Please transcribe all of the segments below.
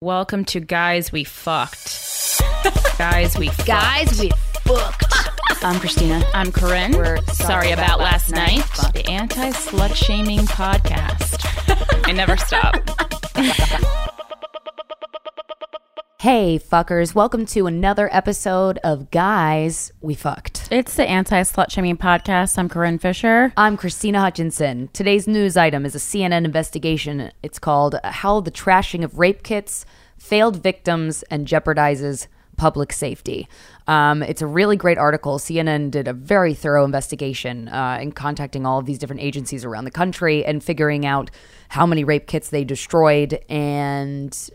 Welcome to Guys We Fucked. Guys We Fucked. Guys, we booked. I'm Christina. I'm Corinne. We're sorry, about, last night. Fuck. The anti slut shaming podcast. I never stop. Hey, fuckers. Welcome to another episode of Guys We Fucked. It's the anti slut shaming podcast. I'm Corinne Fisher. I'm Christina Hutchinson. Today's news item is a CNN investigation. It's called How the Trashing of Rape Kits Failed Victims and Jeopardizes Public Safety. Um, it's a really great article. CNN did a very thorough investigation uh, in contacting all of these different agencies around the country and figuring out how many rape kits they destroyed and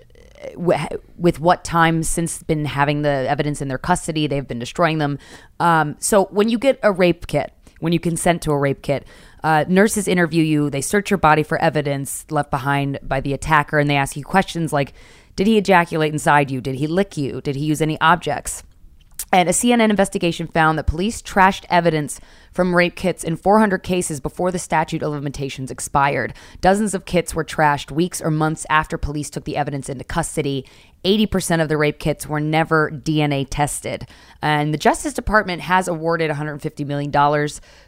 wh- with what time since been having the evidence in their custody they've been destroying them um, so when you get a rape kit when you consent to a rape kit uh, nurses interview you they search your body for evidence left behind by the attacker and they ask you questions like did he ejaculate inside you did he lick you did he use any objects and a CNN investigation found that police trashed evidence from rape kits in 400 cases before the statute of limitations expired. Dozens of kits were trashed weeks or months after police took the evidence into custody. 80% of the rape kits were never DNA tested. And the Justice Department has awarded $150 million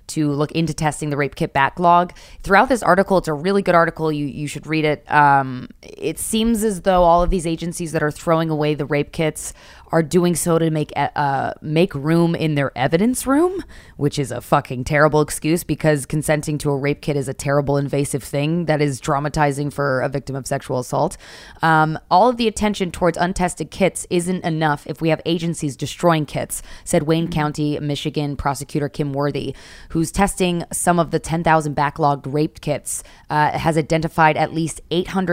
to look into testing the rape kit backlog. Throughout this article, it's a really good article. You, you should read it. Um, it seems as though all of these agencies that are throwing away the rape kits are doing so to make uh, make room in their evidence room, which is a fucking terrible excuse because consenting to a rape kit is a terrible invasive thing that is traumatizing for a victim of sexual assault. Um, all of the attention towards untested kits isn't enough if we have agencies destroying kits, said Wayne County, Michigan prosecutor Kim Worthy, who's testing some of the 10,000 backlogged rape kits, uh, has identified at least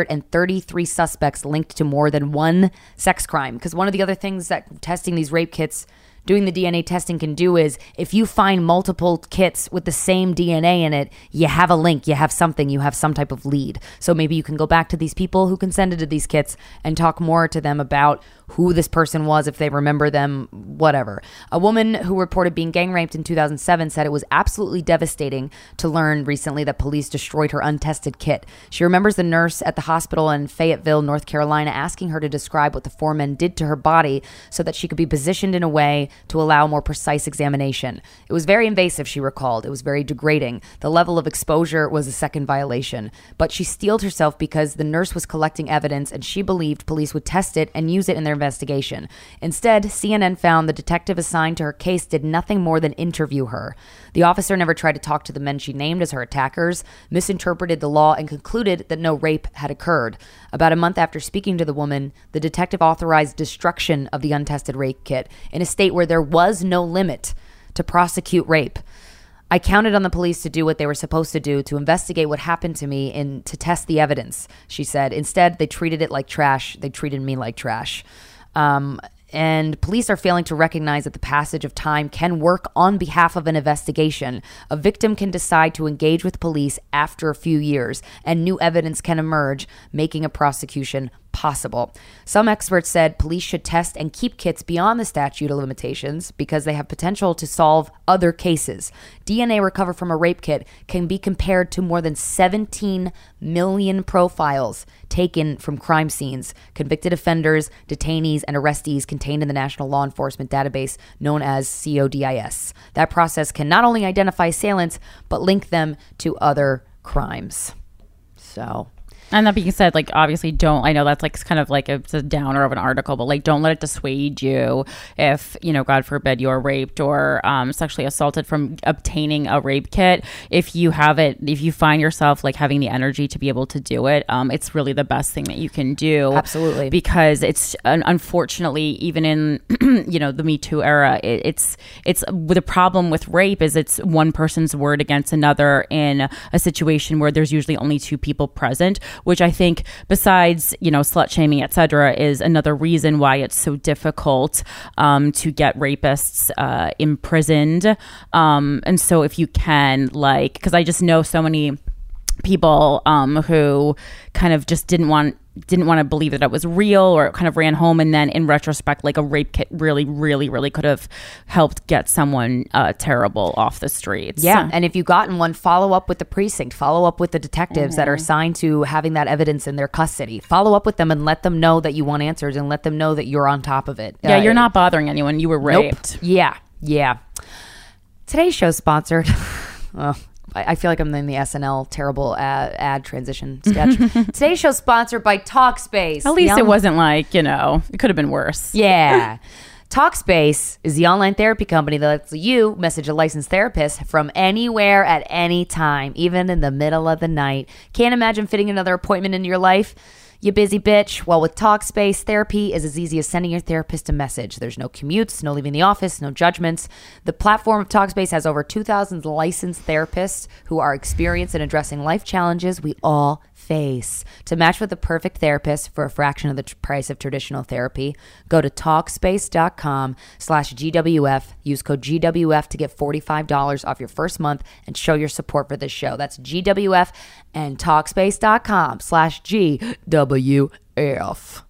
833 suspects linked to more than one sex crime. Because one of the other things that testing these rape kits doing the DNA testing can do is if you find multiple kits with the same DNA in it, you have a link, you have something, you have some type of lead. So maybe you can go back to these people who consented to these kits and talk more to them about who this person was, if they remember them, whatever. A woman who reported being gang raped in 2007 said it was absolutely devastating to learn recently that police destroyed her untested kit. She remembers the nurse at the hospital in Fayetteville, North Carolina, asking her to describe what the four men did to her body so that she could be positioned in a way to allow more precise examination. It was very invasive, she recalled. It was very degrading. The level of exposure was a second violation. But she steeled herself because the nurse was collecting evidence and she believed police would test it and use it in their investigation. Instead, CNN found the detective assigned to her case did nothing more than interview her. The officer never tried to talk to the men she named as her attackers, misinterpreted the law, and concluded that no rape had occurred. About a month after speaking to the woman, the detective authorized destruction of the untested rape kit in a state where there was no limit to prosecute rape. I counted on the police to do what they were supposed to do to investigate what happened to me and to test the evidence, she said. Instead, they treated it like trash. They treated me like trash. Um, and police are failing to recognize that the passage of time can work on behalf of an investigation. A victim can decide to engage with police after a few years, and new evidence can emerge, making a prosecution possible. Some experts said police should test and keep kits beyond the statute of limitations because they have potential to solve other cases. DNA recovered from a rape kit can be compared to more than 17 million profiles taken from crime scenes, convicted offenders, detainees, and arrestees contained in the National Law Enforcement Database known as CODIS. That process can not only identify assailants, but link them to other crimes. So. And that being said, like obviously don't I know that's like kind of like a, it's a downer of an article, but like don't let it dissuade you if you know God forbid you're raped or um, sexually assaulted from obtaining a rape kit. If you have it, if you find yourself like having the energy to be able to do it, um, it's really the best thing that you can do. Absolutely. because it's un- unfortunately even in you know the Me Too era, it, it's it's the problem with rape is it's one person's word against another in a situation where there's usually only two people present which I think, besides you know slut shaming, etc., is another reason why it's so difficult um, to get rapists uh, imprisoned. Um, and so, if you can, like, because I just know so many people um, who kind of just didn't want didn't want to believe that it was real or it kind of ran home and then in retrospect like a rape kit really really really could have helped get someone uh, terrible off the streets Yeah, and if you've gotten one, follow up with the precinct, follow up with the detectives that are Mm-hmm. assigned to having that evidence in their custody. Follow up with them and let them know that you want answers and let them know that you're on top of it. yeah Uh, you're not bothering anyone you were Nope. raped Yeah, yeah. Today's show sponsored. oh, I I feel like I'm in the SNL terrible ad, ad transition sketch. Today's show sponsored by Talkspace. at least the it on- wasn't like you know it could have been worse Yeah. Talkspace is the online therapy company that lets you message a licensed therapist from anywhere at any time, even in the middle of the night. Can't imagine fitting another appointment into your life? You busy bitch. Well, with Talkspace, therapy is as easy as sending your therapist a message. There's no commutes, no leaving the office, no judgments. The platform of Talkspace has over 2,000 licensed therapists who are experienced in addressing life challenges we all face. To match with the perfect therapist for a fraction of the tr- price of traditional therapy, go to talkspace.com slash GWF. Use code GWF to get $45 off your first month and show your support for this show. That's GWF and talkspace.com slash GWF.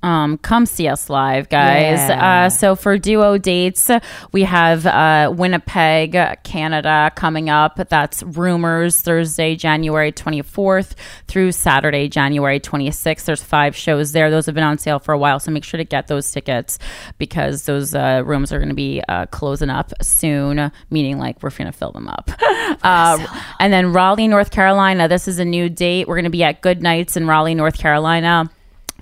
um, come see us live, guys. Yeah. Uh, so for duo dates, we have uh, Winnipeg, Canada coming up. That's Rumors Thursday, January 24th through Saturday, January 26th. There's five shows there. Those have been on sale for a while, so make sure to get those tickets because those uh, rooms are going to be uh, closing up soon, meaning like we're going to fill them up. Uh, and then Raleigh, North Carolina. This is a new date. We're going to be at Good Nights in Raleigh, North Carolina.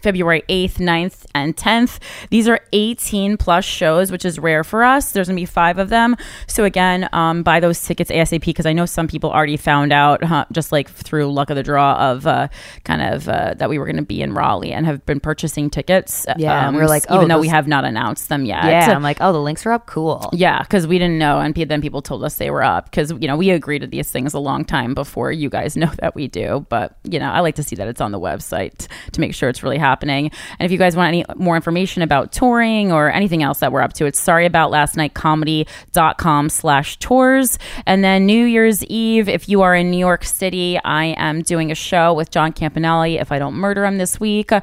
February 8th, 9th, and 10th. These are 18 plus shows, which is rare for us. There's going to be five of them. So, again, um, buy those tickets ASAP because I know some people already found out, huh, just like through luck of the draw, of uh, kind of uh, that we were going to be in Raleigh and have been purchasing tickets. um, Yeah, and we were like, oh, even though we those- have not announced them yet. Yeah, I'm like, oh, the links are up? Cool. Yeah, because we didn't know, and pe- then people told us they were up because you know we agree to these things a long time before you guys know that we do. But you know, I like to see that it's on the website to make sure it's really happening. And if you guys want any more information about touring or anything else that we're up to, it's sorryaboutlastnightcomedy.com slash tours. And then New Year's Eve, if you are in New York City, I am doing a show with John Campanelli. If I don't murder him this week, uh,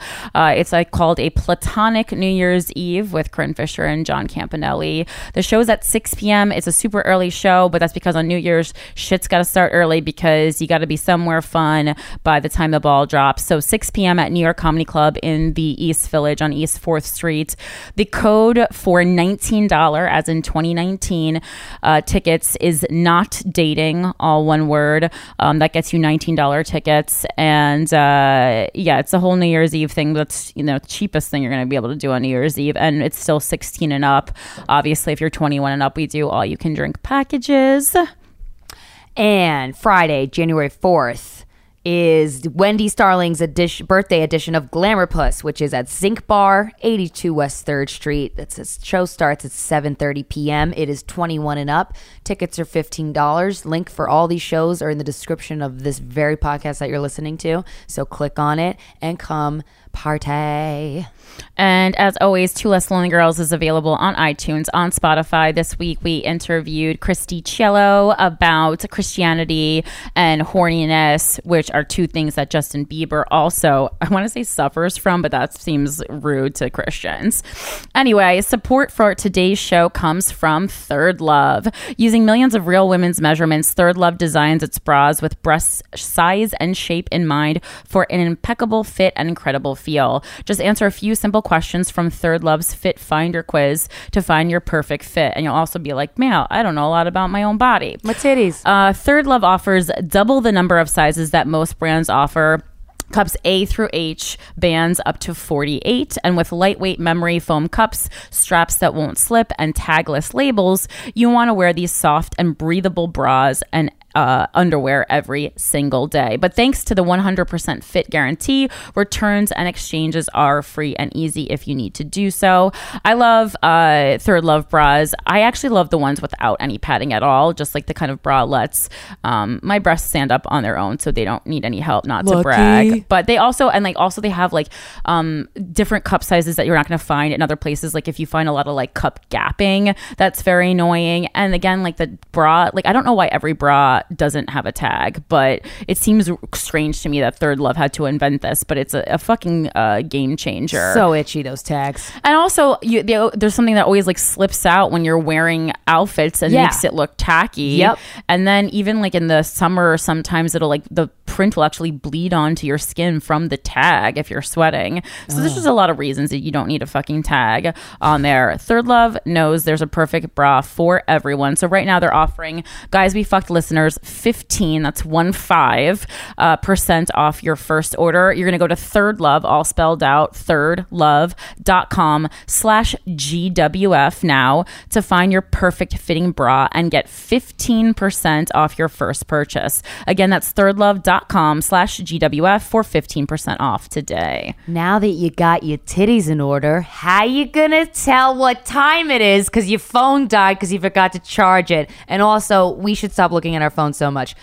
it's like called a platonic New Year's Eve with Corinne Fisher and John Campanelli. The show's at 6 p.m. It's a super early show, but that's because on New Year's, shit's got to start early because you got to be somewhere fun by the time the ball drops. So 6 p.m. at New York Comedy Club in the East Village on East 4th Street. The code for $19, as in 2019, uh, tickets is not dating, all one word. Um, that gets you $19 tickets. And uh, yeah, it's a whole New Year's Eve thing. That's, you know, cheapest thing you're going to be able to do on New Year's Eve. And it's still 16 and up. Obviously, if you're 21 and up, we do all you can drink packages. And Friday, January 4th, is Wendy Starling's edition, birthday edition of Glamour Puss, which is at Zinc Bar, 82 West 3rd Street. That's its show starts at 7.30 p.m. It is 21 and up. Tickets are $15. Link for all these shows are in the description of this very podcast that you're listening to. So click on it and come party. And as always, Two Less Lonely Girls is available on iTunes, on Spotify. This week we interviewed Christy Cello about Christianity and horniness, which are two things that Justin Bieber also, I want to say suffers from, but that seems rude to Christians. Anyway, support for today's show comes from Third Love. Using millions of real women's measurements, Third Love designs its bras with breast size and shape in mind for an impeccable fit and incredible feel. Just answer a few simple questions from Third Love's Fit Finder quiz to find your perfect fit. And you'll also be like, man, I don't know a lot about my own body. My titties. Uh, Third Love offers double the number of sizes that most brands offer. Cups A through H, bands up to 48, and with lightweight memory foam cups, straps that won't slip, and tagless labels, you want to wear these soft and breathable bras and uh, underwear every single day. But thanks to the 100% fit guarantee, returns and exchanges are free and easy if you need to do so. I love uh, Third Love bras. I actually love the ones without any padding at all, just like the kind of bralettes. Um, my breasts stand up on their own, so they don't need any help, not to brag. But they also and like also they have like um different cup sizes that you're not going to find in other places. Like if you find a lot of like cup gapping, that's very annoying. And again, like the bra, like I don't know why every bra doesn't have a tag, but it seems strange to me that Third Love had to invent this. But it's a, a fucking uh, game changer. So itchy those tags. And also, you, the, there's something that always like slips out when you're wearing outfits and Yeah. makes it look tacky. Yep. And then even like in the summer, sometimes it'll like the print will actually bleed onto your skin from the tag if you're sweating. So there's Ah. just a lot of reasons that you don't need a fucking tag on there. Third Love knows there's a perfect bra for everyone. So right now they're offering guys we fucked listeners 15. That's one five uh, percent off your first order. You're gonna go to Third Love, all spelled out, thirdlove.com slash GWF now to find your perfect fitting bra and get 15% off your first purchase. Again, that's thirdlove.com slash GWF for 15% off today. Now that you got your titties in order, how you gonna tell what time it is? Cause your phone died because you forgot to charge it. And also, we should stop looking at our phone so much.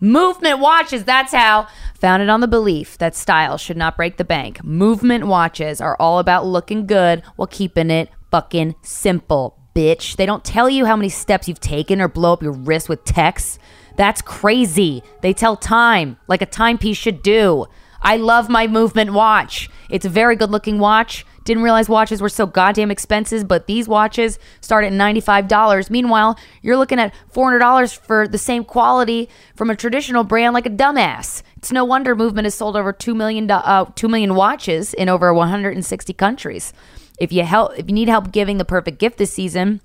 Movement watches, that's how. Founded on the belief that style should not break the bank, movement watches are all about looking good while keeping it fucking simple, bitch. They don't tell you how many steps you've taken or blow up your wrist with texts. That's crazy. They tell time, like a timepiece should do. I love my movement watch. It's a very good looking watch. Didn't realize watches were so goddamn expensive, but these watches start at $95. Meanwhile, you're looking at $400 for the same quality from a traditional brand like a dumbass. It's no wonder Movement has sold over 2 million, do- uh, 2 million watches in over 160 countries. If you help if you need help giving the perfect gift this season,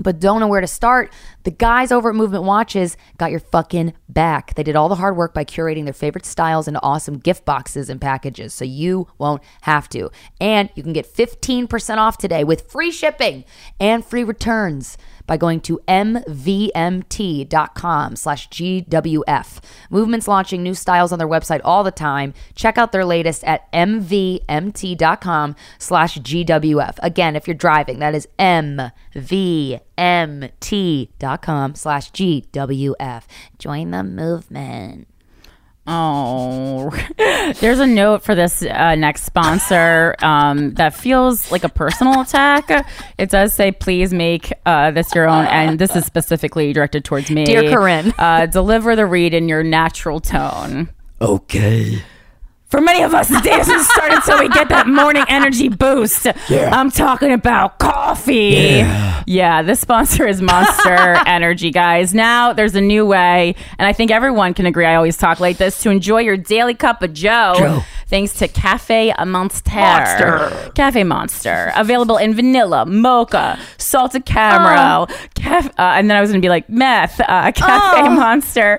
but don't know where to start, the guys over at Movement Watches got your fucking back. They did all the hard work by curating their favorite styles into awesome gift boxes and packages, so you won't have to. And you can get 15% off today with free shipping and free returns by going to mvmt.com slash gwf movement's launching new styles on their website all the time check out their latest at mvmt.com slash gwf again if you're driving that is mvmt.com slash gwf join the movement Oh, there's a note for this uh, next sponsor um, that feels like a personal attack. It does say, please make uh, this your own. And this is specifically directed towards me. Dear Corinne. Uh, deliver the read in your natural tone. Okay. For many of us, the day hasn't started, so we get that morning energy boost. I'm talking about coffee. Yeah. this sponsor is Monster Energy, guys. Now there's a new way, and I think everyone can agree. I always talk like this to enjoy your daily cup of Joe. Joe. Thanks to Cafe Monster. Monster. Cafe Monster. Available in vanilla, mocha, salted caramel, caf- uh, and then I was going to be like meth. Uh, Cafe Monster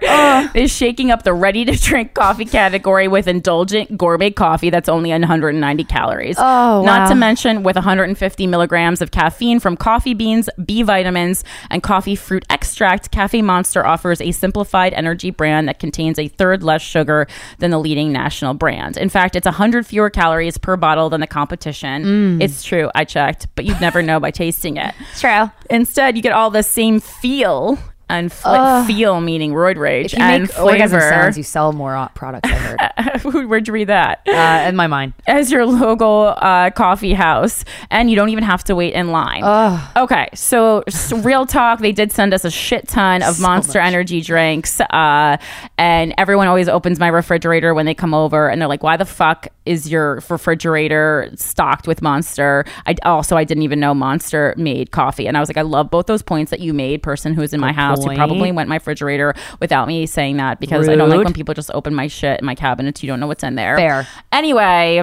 is shaking up the ready to drink coffee category with indulgent gourmet coffee that's only 190 calories. Oh, Not to mention with 150 milligrams of caffeine from coffee beans, B vitamins, and coffee fruit extract, Cafe Monster offers a simplified energy brand that contains a third less sugar than the leading national brand. In fact, it's 100 fewer calories per bottle than the Mm. competition. It's true, I checked, but you'd never know by tasting it. true Instead, you get all the same feel and fl- feel meaning roid rage if you and make orgasm flavor. sounds you sell more uh, products i heard uh, Where'd you read that? in my mind as your local uh, coffee house, and you don't even have to wait in line. Okay, so s- real talk, they did send us a shit ton of Monster Energy drinks, uh, and everyone always opens my refrigerator when they come over, and they're like, "Why the fuck is your refrigerator stocked with Monster?" I also I didn't even know Monster made coffee, and I was like, "I love both those points that you made, person who is in my house point. who probably went my refrigerator without me saying that because I don't like Rude. when people just open my shit in my cabinets. You don't know what's in there." Fair. Anyway,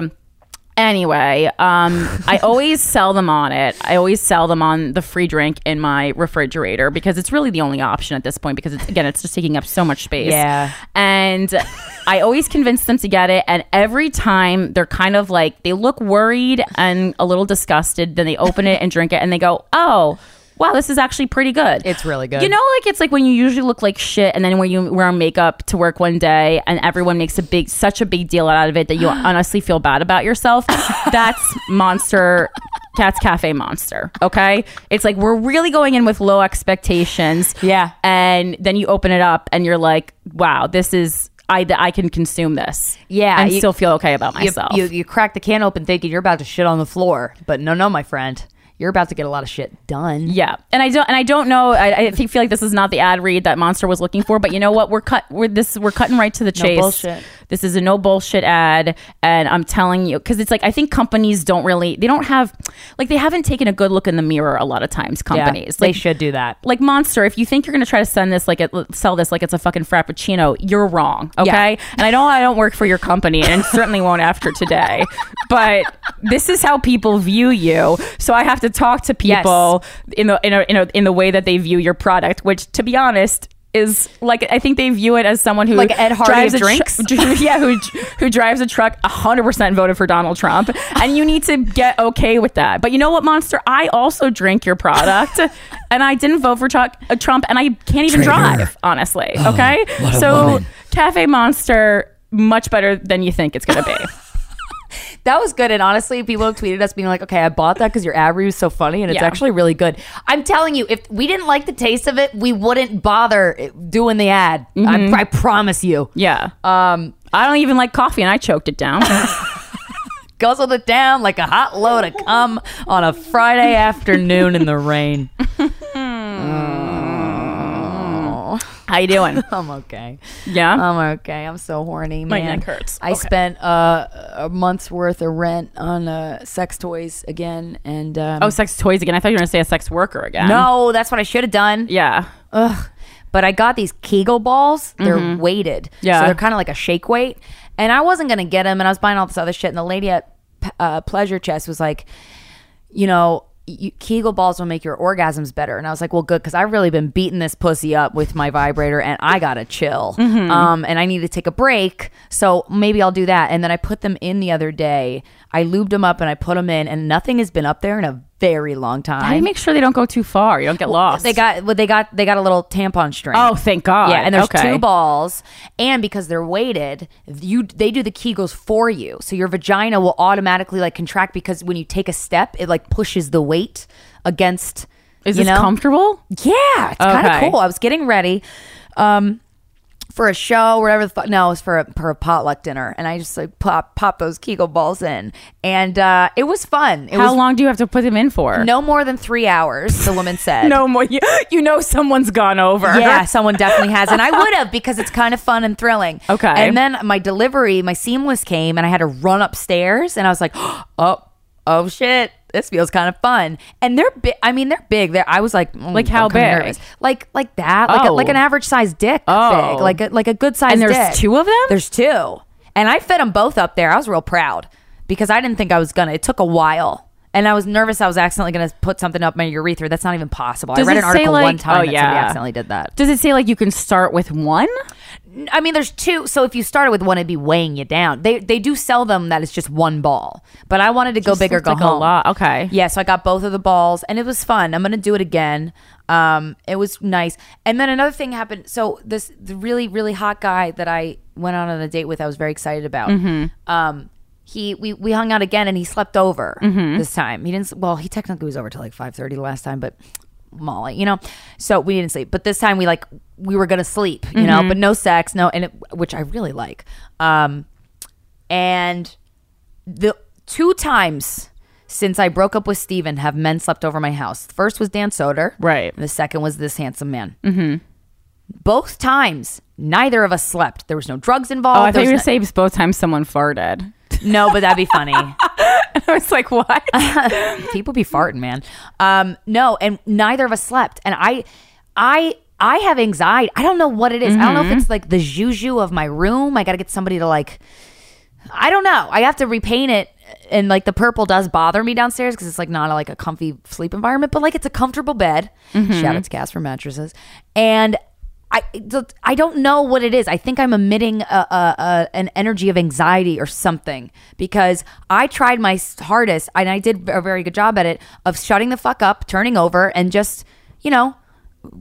anyway, um, I always sell them on it. I always sell them on the free drink in my refrigerator because it's really the only option at this point because it's, again, it's just taking up so much space. Yeah. And I always convince them to get it. And every time they're kind of like, they look worried and a little disgusted. Then they open it and drink it and they go, oh, Wow, this is actually pretty good. It's really good. You know, like it's like when you usually look like shit, and then when you wear makeup to work one day, and everyone makes a big, such a big deal out of it that you honestly feel bad about yourself. That's monster. That's cafe monster. Okay, it's like we're really going in with low expectations. Yeah. and then you open it up, and you're like, wow, this is I that I can consume this. Yeah, and you- still feel okay about You- myself. You, you, crack the can open thinking you're about to shit on the floor, but no, no, my friend, you're about to get a lot of shit done. yeah, and I don't, and I don't know. I, I think, feel like this is not the ad read that Monster was looking for, but you know what? We're cut. We're this. We're cutting right to the chase. bullshit. This is a no bullshit ad, and I'm telling you, because it's like I think companies don't really, they don't have, like they haven't taken a good look in the mirror a lot of times. Yeah, Companies, they like, should do that. like monster if you think you're going to try to send this like it, sell this like it's a fucking frappuccino you're wrong okay and i know i don't work for your company and certainly won't after today but this is how people view you so i have to talk to people in the in, a, in, a, in the way that they view your product which to be honest is like I think they view it as someone who Like Ed Hardy drives of a drinks? yeah, who who drives a truck 100% voted for Donald Trump. And you need to get okay with that. But you know what, Monster? I also drink your product and I didn't vote for Chuck, uh, Trump and I can't even Traitor. drive, honestly. okay? what a So, woman. Cafe Monster, much better than you think it's going to be. That was good. And honestly, people have tweeted us being like, okay, I bought that because your ad read was so funny and it's Yeah. actually really good. I'm telling you, if we didn't like the taste of it, we wouldn't bother doing the ad. I, I promise you. yeah. Uh, Um, I don't even like coffee and I choked it down. guzzled it down like a hot load of cum on a Friday afternoon in the rain. Oh, How you doing? I'm okay. Yeah. I'm okay. I'm so horny, man. My neck hurts. I Okay. spent uh, a month's worth of rent on uh, sex toys again, and um, oh, sex toys again. I thought you were going to say a sex worker again. no, that's what I should have done. Yeah. Ugh. But I got these Kegel balls. They're weighted. Mm-hmm. Yeah. So they're kind of like a shake weight. And I wasn't going to get them. And I was buying all this other shit. And the lady at P- uh, Pleasure Chest was like, you know, you, Kegel balls will make your orgasms better. And I was like, well, good, because I've really been beating this pussy up with my vibrator and I got to chill. Mm-hmm. Um, and I need to take a break. So maybe I'll do that. And then I put them in the other day. I lubed them up and I put them in, and nothing has been up there in a very long time. I make sure they don't go too far. You don't get lost. They got well, they got they got a little tampon string. Oh, thank God. Yeah, and there's Okay. two balls, and because they're weighted, you they do the Kegels for you, so your vagina will automatically like contract because when you take a step, it like pushes the weight against. Is you this know? comfortable? Yeah, it's kind Okay. of cool. I was getting ready um, for a show, whatever the fuck. No, it was for a, for a potluck dinner, and I just like pop pop those Kegel balls in, and uh, it was fun. It How was long do you have to put them in for? no more than three hours. The woman said. no more. You, you know, someone's gone over. Yeah, someone definitely has. And I would have because it's kind of fun and thrilling. Okay. And then my delivery, my seamless came and I had to run upstairs and I was like, oh, oh shit. This feels kind of fun, and they're big. I mean, they're big. They're, I was like, mm, Like how I'm big? kinda nervous. Like like that, like a, Oh. like an average size dick, Oh. big, like a, like a good size. And there's two of them? There's two, and I fed them both up there. I was real proud because I didn't think I was gonna. It took a while, and I was nervous. I was accidentally gonna put something up my urethra. That's not even possible. Does I read it an say, article one like- time oh, that somebody yeah. accidentally did that. Does it say like you can start with one? I mean, there's two. So if you started with one, it'd be weighing you down. They they do sell them that it's just one ball, but I wanted to go Just big or looked go like a home. lot. Okay. Yeah, so I got both of the balls, and it was fun. I'm gonna do it again. Um, it was nice. And then another thing happened. So this the really really hot guy that I went on a date with, I was very excited about. Um, he we we hung out again, and he slept over this time. He didn't. s- Well, he technically was over till like 5:30 last time, but Molly, you know. So we didn't sleep, but this time we like we were gonna sleep, you know, but no sex, no, and it, which I really like. Um, and the two times since I broke up with Steven have men slept over my house. The first was Dan Soder. Right. The second was this handsome man. Mm-hmm. Both times, neither of us slept. There was no drugs involved. Oh, I There thought you were was going to say it's both times someone farted. no, no, but that'd be funny. I was like, what? People be farting, man. Um, no, and neither of us slept. And I, I, I have anxiety. I don't know what it is. I don't know Mm-hmm. if it's like the juju of my room. I got to get somebody to like. I don't know. I have to repaint it, and like the purple does bother me downstairs because it's like not like a comfy sleep environment, but like it's a comfortable bed. Mm-hmm. Shout out to Casper mattresses, and I I don't know what it is. I think I'm emitting a, a, a an energy of anxiety or something because I tried my s- hardest and I did a very good job at it of shutting the fuck up, turning over, and just you know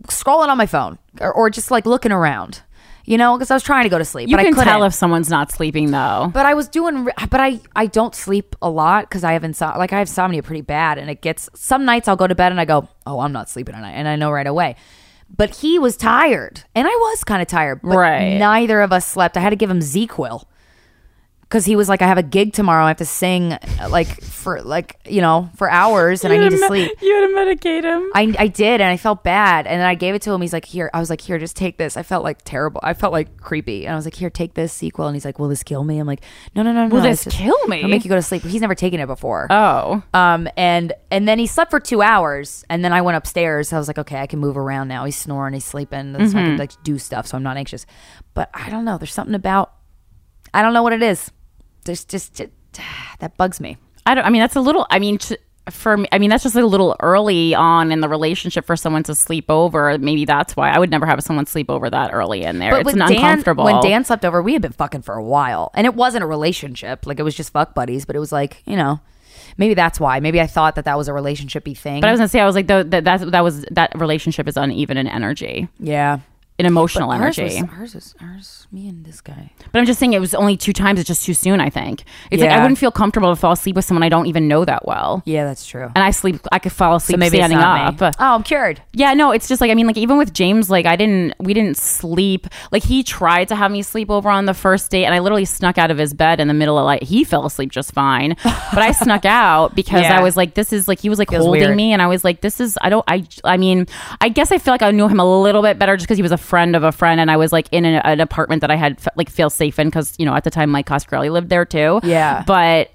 scrolling on my phone or, or just like looking around. You know, because I was trying to go to sleep, You but I can couldn't. tell if someone's not sleeping, though. But I was doing, re- but I I don't sleep a lot because I have insomnia. Like I have insomnia pretty bad, and it gets some nights I'll go to bed and I go, oh, I'm not sleeping tonight, and I know right away. But he was tired, and I was kind of tired. But Right. Neither of us slept. I had to give him ZQL because he was like, "I have a gig tomorrow. I have to sing like for like you know for hours, and I need to sleep." You had to medicate him. I, I did and I felt bad and then I gave it to him. He's like, here. I was like, here, just take this. I felt like terrible. I felt like creepy and I was like, here, take this sequel. And he's like, will this kill me? I'm like, no, no, no, no. Will it's this kill me? It'll make you go to sleep. He's never taken it before. oh. Um and and then he slept for two hours and then I went upstairs. I was like, okay, I can move around now. He's snoring, he's sleeping, so Mm-hmm. I can like do stuff. So I'm not anxious. But I don't know. There's something about I don't know what it is. There's just, just that bugs me. I don't. I mean, that's a little. I mean, t- for me, I mean, that's just a little early on in the relationship for someone to sleep over. Maybe that's why I would never have someone sleep over that early in there. it's when an uncomfortable. When Dan slept over, we had been fucking for a while, and it wasn't a relationship. Like it was just fuck buddies, but it was like you know, maybe that's why. Maybe I thought that that was a relationshipy thing. but I was gonna say, I was like, though, that that that was that relationship is uneven in energy, yeah. in emotional Hers energy. was, hers was hers. Me and this guy. but I'm just saying, it was only two times. It's just too soon. I think it's like Yeah. I wouldn't feel comfortable to fall asleep with someone I don't even know that well. Yeah, that's true. And I sleep. I could fall asleep maybe it's standing up. not me. Oh, I'm cured. Yeah, no, it's just like I mean, like even with James, like I didn't, we didn't sleep. Like he tried to have me sleep over on the first date, and I literally snuck out of his bed in the middle of like he fell asleep just fine, but I snuck out because Yeah. I was like, this is like he was like Feels holding weird. me, and I was like, this is I don't I I mean I guess I feel like I knew him a little bit better just because he was a friend of a friend, and I was like in an, an apartment that I had fe- like feel safe in because you know at the time Mike Coscarelli lived there too. Yeah. but.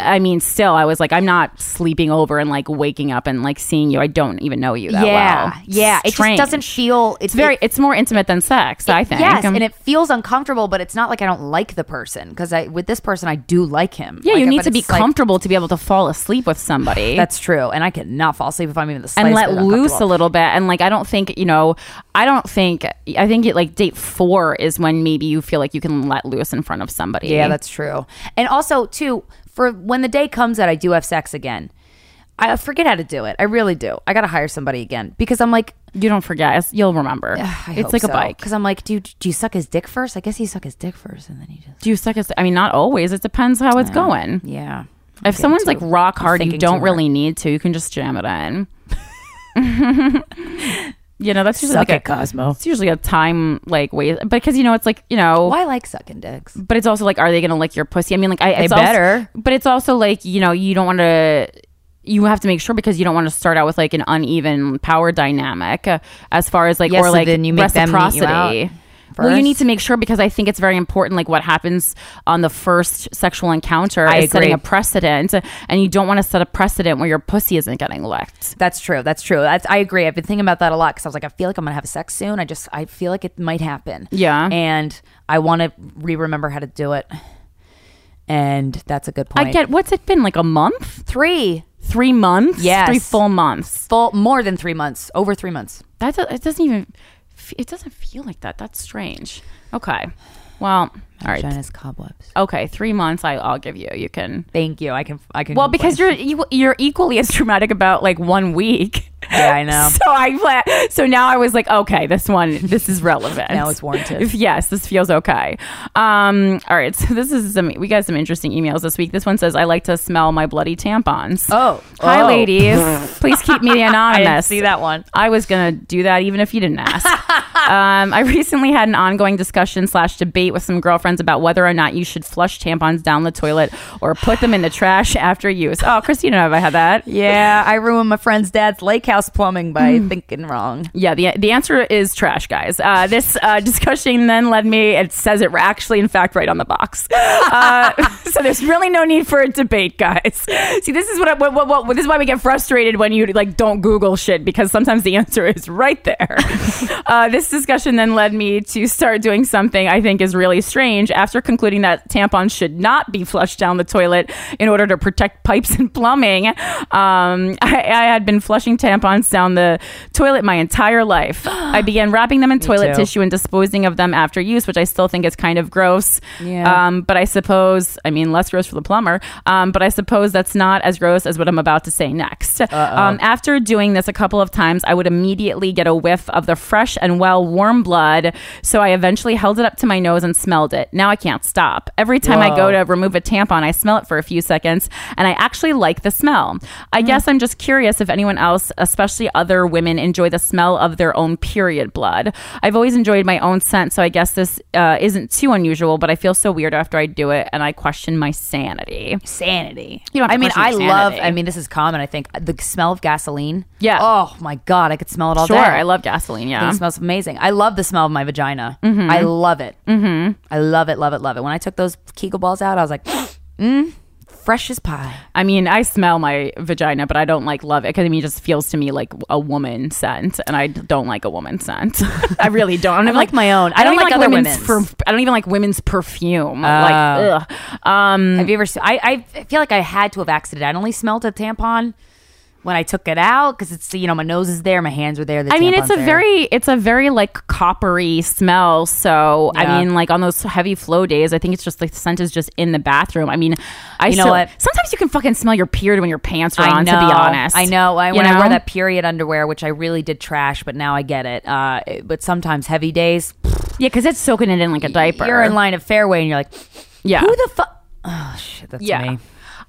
I mean, still, I was like, I'm not sleeping over and like waking up and like seeing you. I don't even know you that yeah, well. yeah. It Strange. just doesn't feel. It's, It's very. Oh, it- It's more intimate than sex. I think. Yes, Um, and it feels uncomfortable, but it's not like I don't like the person because I with this person I do like him. yeah, Like, you need but to be it's like- comfortable to be able to fall asleep with somebody. That's true, and I could not fall asleep if I'm even the and slightest let bit loose uncomfortable. a little bit and like i don't think you know i don't think i think it like date four is when maybe you feel like you can let loose in front of somebody Yeah, that's true. And also, too, for when the day comes that I do have sex again, I forget how to do it. I really do. I got to hire somebody again because I'm like, you don't forget It's- you'll remember I it's like a bike Because I'm like, dude, do you suck his dick first? I guess you suck his dick first, and then he just do you suck as i mean not always it depends how it's going yeah. if someone's like rock hard you thinking too don't hard. really need to you can just jam it in you know that's usually Suck like it, a Cosmo. it's usually a time like wait because you know it's like you know Well, I like sucking dicks. but it's also like are they gonna lick your pussy i mean like i it's also- better. but it's also like you know you don't want to you have to make sure because you don't want to start out with like an uneven power dynamic uh, as far as like Yes, or so like then you make them meet you reciprocity out well you first. need to make sure because i think it's very important like what happens on the first sexual encounter I is setting agree. a precedent and you don't want to set a precedent where your pussy isn't getting licked That's true. That's true. That's, I agree. I've been thinking about that a lot because I was like, I feel like I'm gonna have sex soon. I just, I feel like it might happen. Yeah. and I want to re-remember how to do it. And that's a good point. i get what's it been like a month three three months Yes. three full months full, more than three months, over three months. That do- it doesn't even f- it doesn't feel like that. That's strange. Okay. Well, all right. Vagina's cobwebs. Okay, three months. I, I'll give you. You can. Thank you. I can. I can. Well, because you're you, you're equally as traumatic about like one week. Yeah, I know. So I pla- so now I was like, okay, this one this is relevant. Now it's warranted. If- yes, this feels okay. Um, all right, so this is some we got some interesting emails this week. This one says, I like to smell my bloody tampons. Oh. hi, Oh. ladies. Please keep me anonymous. see that one. I was gonna do that even if you didn't ask. um, I recently had an ongoing discussion slash debate with some girlfriends about whether or not you should flush tampons down the toilet or put them in the trash after use. Oh, Christina, have I had that? Yeah, I ruined my friend's dad's lake house plumbing by thinking wrong. Yeah, the, the answer is trash, guys. Uh, this uh, discussion then led me, it says it actually, in fact, right on the box. Uh, so there's really no need for a debate, guys. See, this is what, I- what, what, what this is why we get frustrated when you like don't Google shit because sometimes the answer is right there. uh, this discussion then led me to start doing something I think is really strange. After concluding that tampons should not be flushed down the toilet in order to protect pipes and plumbing, um, I, I had been flushing tampons down the toilet my entire life. I began wrapping them in toilet too. tissue and disposing of them after use, which I still think is kind of gross. Yeah. Um, but I suppose, I mean, less gross for the plumber, um, but I suppose that's not as gross as what I'm about to say next. Um, after doing this a couple of times, I would immediately get a whiff of the fresh and well warm blood. So I eventually held it up to my nose and smelled it. Now I can't stop. Every time I go Whoa. to remove a tampon, I smell it for a few seconds and I actually like the smell. I guess I'm just curious if anyone else, especially other women, enjoy the smell of their own period blood. I've always enjoyed my own scent, so I guess this uh, isn't too unusual, but I feel so weird after I do it and I question my sanity. Sanity. You don't have to I mean, question I your love. sanity. I mean, this is common. I think the smell of gasoline. Yeah. Oh my god, I could smell it all Sure, day. I love gasoline, I think yeah. It smells amazing. I love the smell of my vagina. I love it. Mm-hmm. I love it. Love it. Love it. When I took those Kegel balls out, I was like, mm, fresh as pie. I mean, I smell my vagina, but I don't like love it because I mean, it just feels to me like a woman scent, and I don't like a woman scent. I really don't. I, don't even like my own. I don't even like other women's. women's. Oh. perf- I don't even like women's perfume. like, ugh. Um, Have you ever? se- I I feel like I had to have accidentally smelled a tampon when I took it out because it's you know my nose is there, my hands were there. The I mean, it's tampon's a there. very, it's a very like coppery smell. So I Yeah. mean, like on those heavy flow days, I think it's just like the scent is just in the bathroom. I mean, I You know still- what? Sometimes you can fucking smell your period when your pants are I on. know. To be honest, I know. I, You when I know? wore that period underwear, which I really did trash, but now I get it. Uh, it- but sometimes heavy days, yeah, because it's soaking it in like a diaper. you're in line of fairway, and you're like, Yeah. who the fuck? Oh shit, that's Yeah. me.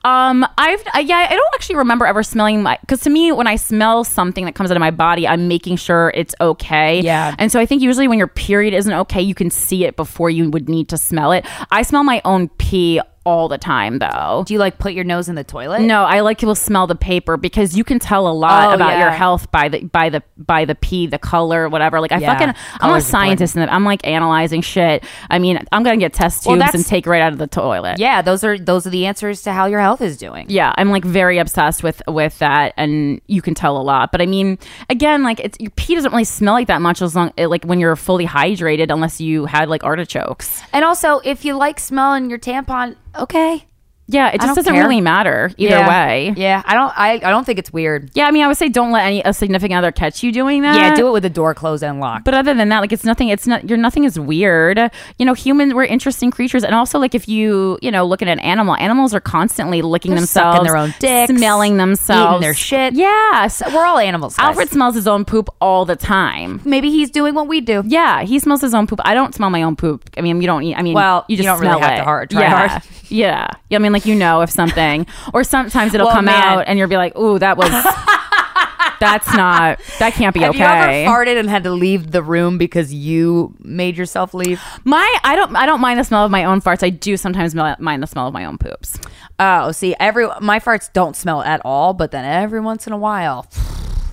Um, I've I, yeah, I don't actually remember ever smelling my because to me when I smell something that comes out of my body, I'm making sure it's okay. Yeah. and so I think usually when your period isn't okay, you can see it before you would need to smell it. I smell my own pee all the time though. Do you like put your nose in the toilet? No, I like to smell the paper because you can tell a lot Oh, about your yeah. health by the by the by the pee, the color, whatever. Like I Yeah. fucking, I'm a Color's scientist and I'm like analyzing shit. I mean, I'm gonna get test Well, tubes and that's- take right out of the toilet. Yeah, those are those are the answers to how your health is doing. yeah i'm like very obsessed with with that and you can tell a lot but i mean again like it's your pee doesn't really smell like that much as long it, like when you're fully hydrated unless you had like artichokes And also, if you like smelling your tampon, okay. yeah it just don't doesn't care. really matter either Yeah. way yeah. Yeah, I don't. I, I don't think it's weird. i mean i would say don't let any a significant other catch you doing that Yeah, do it with the door closed and locked. but other than that like it's nothing it's not your nothing is weird you know humans we're interesting creatures and also like if you you know look at an animal animals are constantly licking They're themselves sucking their own dicks, smelling eating themselves their shit. yeah so But we're all animals. guys. alfred smells his own poop all the time maybe he's doing what we do. Yeah, he smells his own poop. I don't smell my own poop. I mean, you don't. I mean, Well, you you just don't really smell have it. to hard- try yeah. hard. Yeah, yeah. I mean, like you know if something, or sometimes it'll Well, come man. out and you'll be like, "Ooh, that was." that's not. That can't be Have okay. you ever farted and had to leave the room because you made yourself leave? my, I don't. I don't mind the smell of my own farts. I do sometimes mel- mind the smell of my own poops. Oh, see, every my farts don't smell at all, but then every once in a while,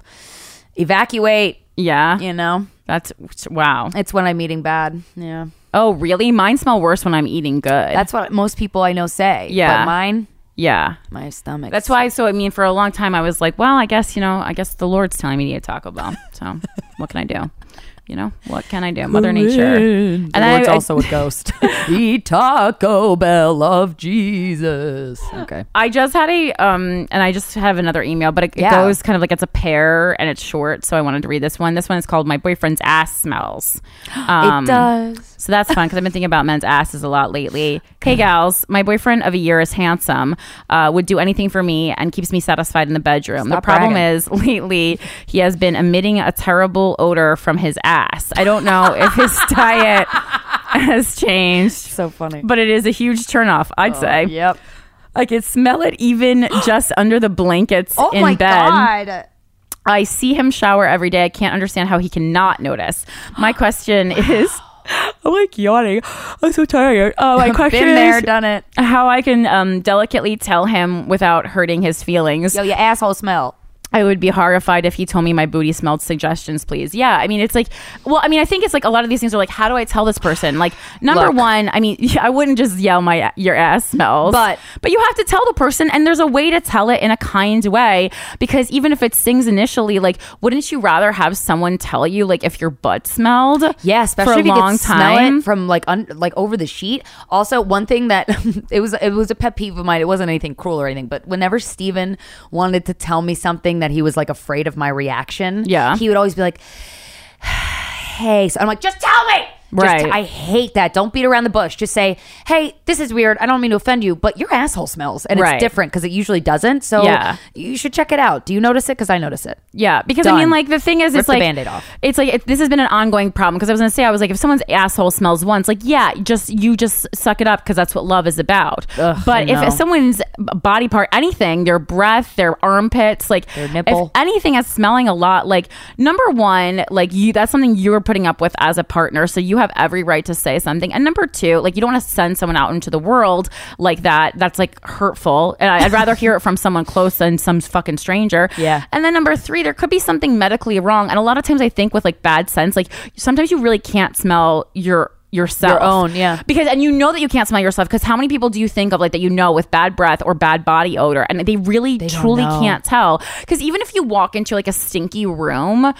evacuate. Yeah, You know, that's wow. it's when I'm eating bad. Yeah, Oh, really? Mine smell worse when I'm eating good. that's what most people I know say. Yeah. but mine, yeah. my stomach. That's why. So I mean, for a long time, I was like, well, I guess you know, I guess the Lord's telling me to eat Taco Bell. So what can I do? You know, what can I do? Mother Nature. And And I, it's also a ghost. the Taco Bell of Jesus. Okay. I just had a um, and I just have another email, but it, it Yeah. goes kind of like it's a pair and it's short. So I wanted to read this one. This one is called "My Boyfriend's Ass Smells." Um, it does. So that's fun because I've been thinking about men's asses a lot lately. Hey gals, my boyfriend of a year is handsome, uh, would do anything for me, and keeps me satisfied in the bedroom. the Stop problem bragging. is lately he has been emitting a terrible odor from his ass. I don't know if his diet has changed, So funny. Oh, but it is a huge turnoff. I'd say. Yep. I could smell it even just under the blankets Oh in my bed. god. I see him shower every day. I can't understand how he cannot notice. My question is I'm like yawning. I'm so tired. Oh, my question Been there, is done it. how I can um, delicately tell him without hurting his feelings. Yo, your asshole smell. I would be horrified if he told me my booty smelled. Suggestions, please. Yeah, I mean, it's like, well, I mean, I think it's like a lot of these things are like, how do I tell this person? Like, number Look. one, I mean, I wouldn't just yell my your ass smells, But- but you have to tell the person, and there's a way to tell it in a kind way because even if it stings initially, like, wouldn't you rather have someone tell you like if your butt smelled? Yeah, especially for a if you long could time. smell it from like un- like over the sheet. Also, one thing that it was it was a pet peeve of mine. It wasn't anything cruel or anything, but whenever Steven wanted to tell me something that he was like afraid of my reaction, Yeah. he would always be like, "Hey," so I'm like, "Just tell me." Right. Just, I hate that. Don't beat around the bush. Just say, hey, this is weird. I don't mean to offend you, but your asshole smells. And Right. it's different because it usually doesn't. So Yeah. you should check it out. Do you notice it? Because I notice it. Yeah, because I Done. mean, like the thing is, Rip it's the like Band-Aid off. It's like it, this has been an ongoing problem. Because I was gonna say, I was like, if someone's asshole smells once, like yeah, just you just suck it up because that's what love is about. Ugh, but I know. if someone's body part, anything, their breath, their armpits, like Their nipple. if anything is smelling a lot, like number one, like you, that's something you're putting up with as a partner, so you have every right to say something. And number two, like you don't want to send someone out into the world like that. That's like hurtful, and I- I'd rather hear it from someone close than some fucking stranger. Yeah. And then number three, there could be something medically wrong. And a lot of times I think with like bad sense, like sometimes you really can't smell your yourself. Your own, yeah. Because and you know that you can't smell yourself because how many people do you think of like that you know with bad breath or bad body odor and they really don't truly know. can't tell. Because even if you walk into like a stinky room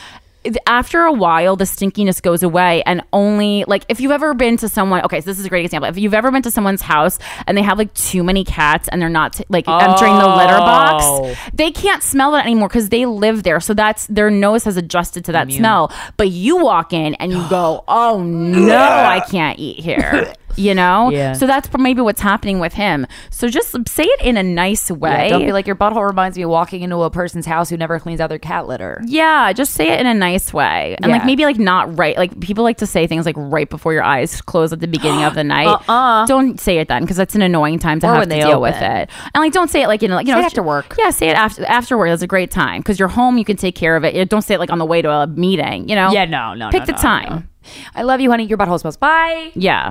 th- after a while the stinkiness goes away and only like if you've ever been to someone okay so this is a great example if you've ever been to someone's house and they have like too many cats and they're not t- like entering the litter Oh. box they can't smell it anymore because they live there. So that's their nose has adjusted to that smell. But you walk in and you go, oh no, I can't eat here. You know? Yeah. So that's maybe what's happening with him. So just say it in a nice way. Yeah, don't be like, your butthole reminds me of walking into a person's house who never cleans out their cat litter. Yeah, just say it in a nice way. And like Yeah. maybe like not right. Like people like to say things like right before your eyes close at the beginning of the night. Uh-uh. Don't say it then because that's an annoying time to Or have when to they deal with it. open. And like don't say it like in like you Say know it after work. Yeah, say it after after work. That's a great time because you're home. You can take care of it. You Don't say it like on the way to a meeting. You know. Yeah, no, no, Pick no, the no, time. I love you, honey. Your butthole smells. Bye. Yeah.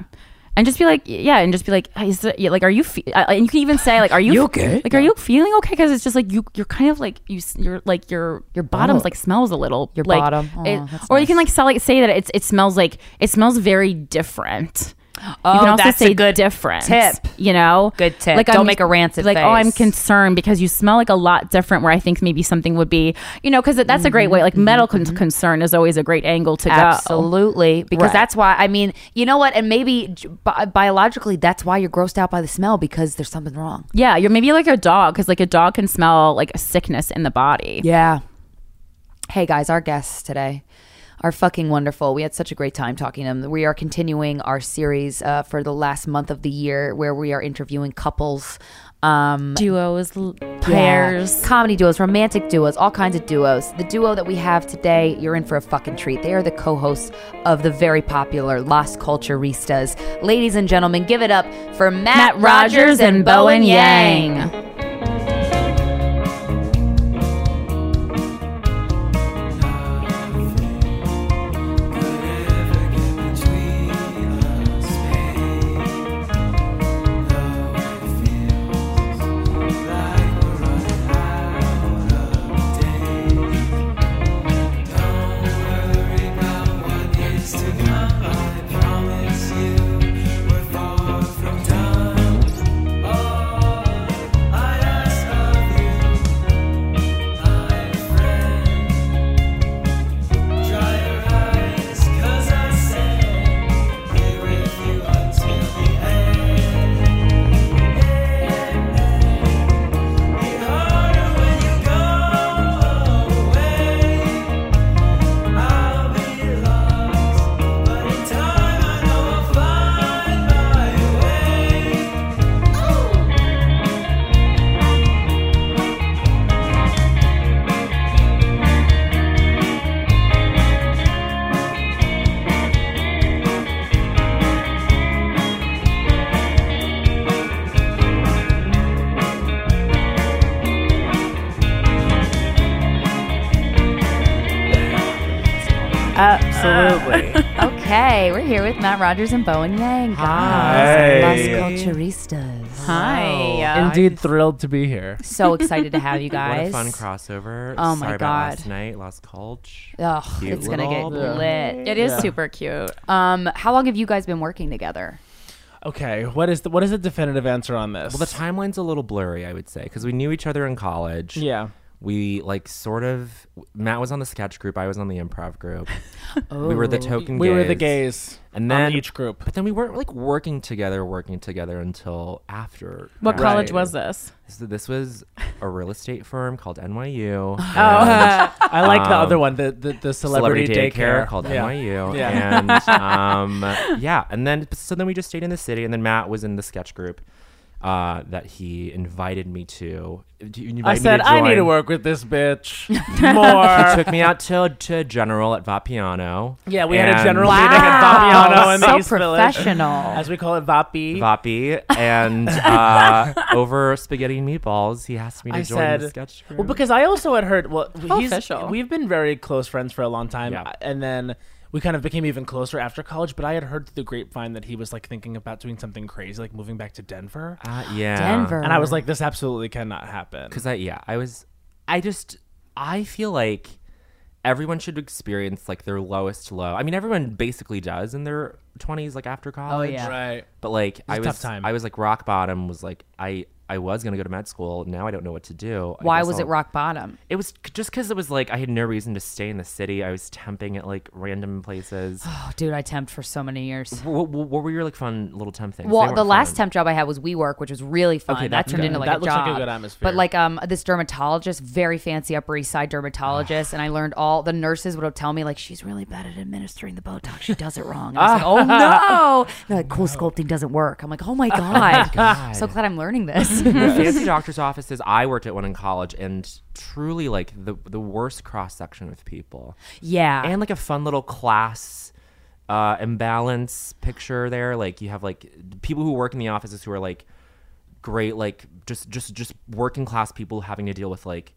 And just be like, yeah, and just be like, is it, yeah, like, are you? Fe- uh, and you can even say, like, are you, You okay? Like, are you feeling okay? Because it's just like you, you're kind of like you, s- you're like your your bottom's like smells a little. Your like, Oh. bottom. Aw, it- that's or you can like sell like say that it's it smells like it smells very different. Oh, you can also that's say a good different. tip. You know, Good tip. Don't make a rancid Like, oh, I'm face. concerned because you smell like a lot different. Where I think maybe something would be, you know, because that's a great way. Like medical con- concern is always a great angle to go. Mm-hmm. Absolutely, because Right. that's why. I mean, you know what? And maybe j- bi- biologically, that's why you're grossed out by the smell because there's something wrong. Yeah, you're maybe like a dog because like a dog can smell like a sickness in the body. Yeah. Hey guys, our guests today are fucking wonderful. We had such a great time talking to them. We are continuing our series uh, for the last month of the year where we are interviewing couples. Um, Duos, l- Yeah. pairs. comedy duos, romantic duos, all kinds of duos. The duo that we have today, you're in for a fucking treat. They are the co hosts of the very popular Las Culturistas. Ladies and gentlemen, give it up for Matt, Matt Rogers and Bowen Yang. Absolutely. okay, we're here with Matt Rogers and Bowen Yang. Hi. Las Culturistas. Hi. Indeed, thrilled to be here. So excited to have you What guys. a fun crossover. Oh my Sorry about God. last night, last college. Ugh, Cute it's gonna little get boy. lit. It is super cute. Um, how long have you guys been working together? Okay, what is the what is the definitive answer on this? Well, the timeline's a little blurry, I would say, because we knew each other in college. yeah. We like sort of. Matt was on the sketch group. I was on the improv group. We were the token. We gays. were the gays, And on then each group. But then we weren't like working together, working together until after. What grad- college was this? So this was a real estate firm called NYU. Oh, I like the Um, other one, the the, the celebrity, daycare, called Yeah. NYU. Yeah. And um, yeah, and then so then we just stayed in the city, and then Matt was in the sketch group uh, that he invited me to. Do you invite I me to said I need join?" to work with this bitch more. He took me out to to General at Vapiano. yeah, we had a and- general meeting at Vapiano in the so East Village, professional. as we call it, Vapi. Vapi and uh, over spaghetti and meatballs, he asked me to I join the said- sketch group. Well, because I also had heard. Well, How he's, official. We've been very close friends for a long time, uh, Yeah. and then we kind of became even closer after college. But I had heard through the grapevine that he was like thinking about doing something crazy, like moving back to Denver. uh, yeah, Denver. And I was like, this absolutely cannot happen. because I yeah I was I just I feel like everyone should experience like their lowest low. I mean everyone basically does in their twenties like after college. Oh, yeah. Right. But like I a was tough time. I was like rock bottom was like I I was gonna go to med school now I don't know what to do. I Why guess was it I'll- rock bottom? It was c- just because it was like I had no reason to stay in the city. I was temping at like random places. Oh, dude, I temped for so many years. what, what were your like fun little temp things? They Well, weren't the last fun. temp job I had was WeWork, which was really fun. Okay, that that's turned good. into like That a looks like job. a good atmosphere. But like um, this dermatologist, very fancy Upper East Side dermatologist, and I learned all the nurses would tell me like she's really bad at administering the Botox. She does it wrong. And I was like, oh no! And they're like, cool sculpting doesn't work. I'm like, oh my god! God. So glad I'm learning this. fancy doctor's offices. I worked at one in college, and truly, like the the worst cross section with people, yeah. and like a fun little class uh, imbalance picture there. Like you have like people who work in the offices who are like great, like just just just working class people having to deal with like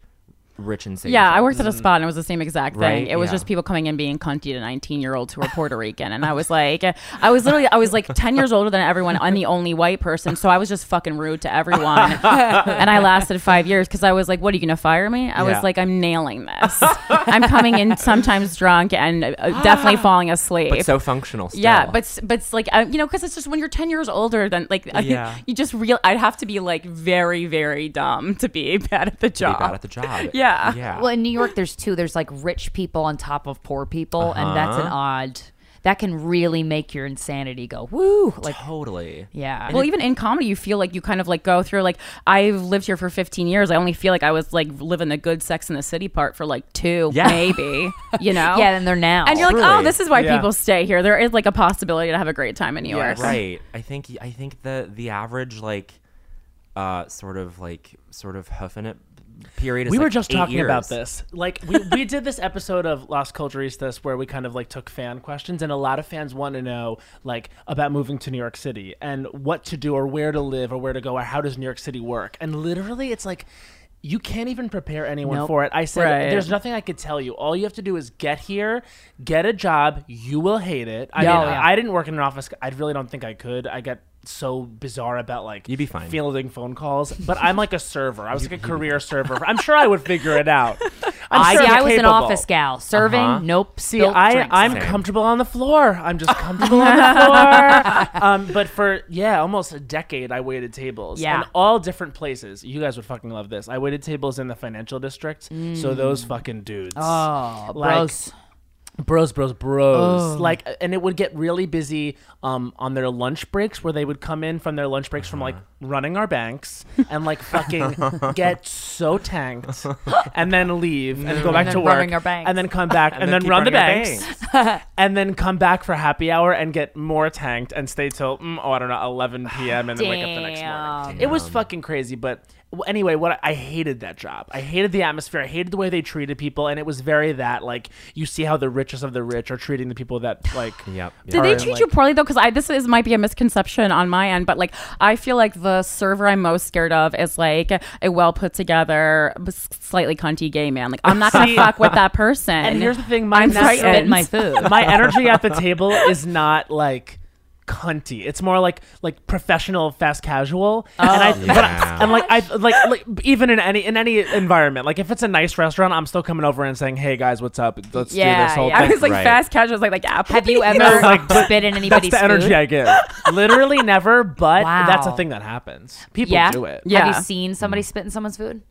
rich and insane. Yeah, I people. worked at a spot and it was the same exact thing. Mm-hmm. Right, It was yeah. just people coming in being cunty to 19 year olds who were Puerto Rican. And I was like, I was literally, I was like 10 years older than everyone. I'm the only white person. So I was just fucking rude to everyone. and I lasted five years because I was like, what are you going to fire me? I Yeah. was like, I'm nailing this. I'm coming in sometimes drunk and uh, definitely falling asleep. But so functional. Still. Yeah, but s- but it's like uh, you know, because it's just when you're ten years older than like I- Yeah. you just real. I'd have to be like very very dumb to be bad at the Be job. bad at the job. Yeah. Yeah. Well, in New York, there's two. There's like rich people on top of poor people, and that's an odd. That can really make your insanity go woo. Like, totally. yeah. Well, even in comedy, you feel like you kind of like go through like I've lived here for 15 years. I only feel like I was like living the good Sex in the City part for like two, Yeah. maybe. You know? yeah, and they're now. And you're like, oh, Truly. this is why Yeah. people stay here. There is like a possibility to have a great time in New York. right i think i think the the average like uh sort of like sort of huffing it period is we were like just eight talking about years. this. Like we, we did this episode of Las Culturistas where we kind of like took fan questions and a lot of fans want to know like about moving to New York City and what to do or where to live or where to go or how does New York City work. And literally it's like you can't even prepare anyone Nope. for it. I said Right. there's nothing I could tell you. All you have to do is get here, get a job. You will hate it. I Yeah, mean, oh, yeah. I didn't work in an office. I really don't think I could. I got so bizarre about like You'd be fine. fielding phone calls, but I'm like a server. I was like a career server. I'm sure I would figure it out. I'm I, sure see, I'm I was an capable. office gal. Serving, Uh-huh. nope. See, spilt I, drinks. I'm Same. comfortable on the floor. I'm just comfortable on the floor. Um, but for, yeah, almost a decade, I waited tables Yeah. in all different places. You guys would fucking love this. I waited tables in the financial district. So those fucking dudes. Mm. Oh, Like, gross. bros bros bros like and it would get really busy um on their lunch breaks where they would come in from their lunch breaks from like Uh-huh. running our banks and like fucking get so tanked and then leave and go back then to work running our banks. and then come back and, then, keep run the running our banks, and then come back for happy hour and get more tanked and stay till mm, oh i don't know 11 Ah, p.m and then wake up the next morning Damn. it was fucking crazy but w- anyway what I, I hated that job i hated the atmosphere i hated the way they treated people and it was very that like you see how the richest of the rich are treating the people that like yep, Did yep. they Or, treat like- you poorly though? Because I this is might be a misconception on my end, but like I feel like the server I'm most scared of is like a well put together, b- slightly cunty gay man. Like I'm not gonna fuck with that person. and here's the thing my I'm natural- frightened. Spit in my food. my energy at the table is not like cunty. It's more like like professional fast casual. and I, but Oh, Yeah. I- and like I like, like even in any in any environment, like if it's a nice restaurant, I'm still coming over and saying, "Hey guys, what's up? Let's do Yeah, this whole yeah. I thing." was like Right. fast casual, like like Apple. Have you ever spit in That's anybody's the energy food? I give. Literally never, but Wow. that's a thing that happens. People yeah. do it. Yeah. Have you seen Mm. somebody spit in someone's food?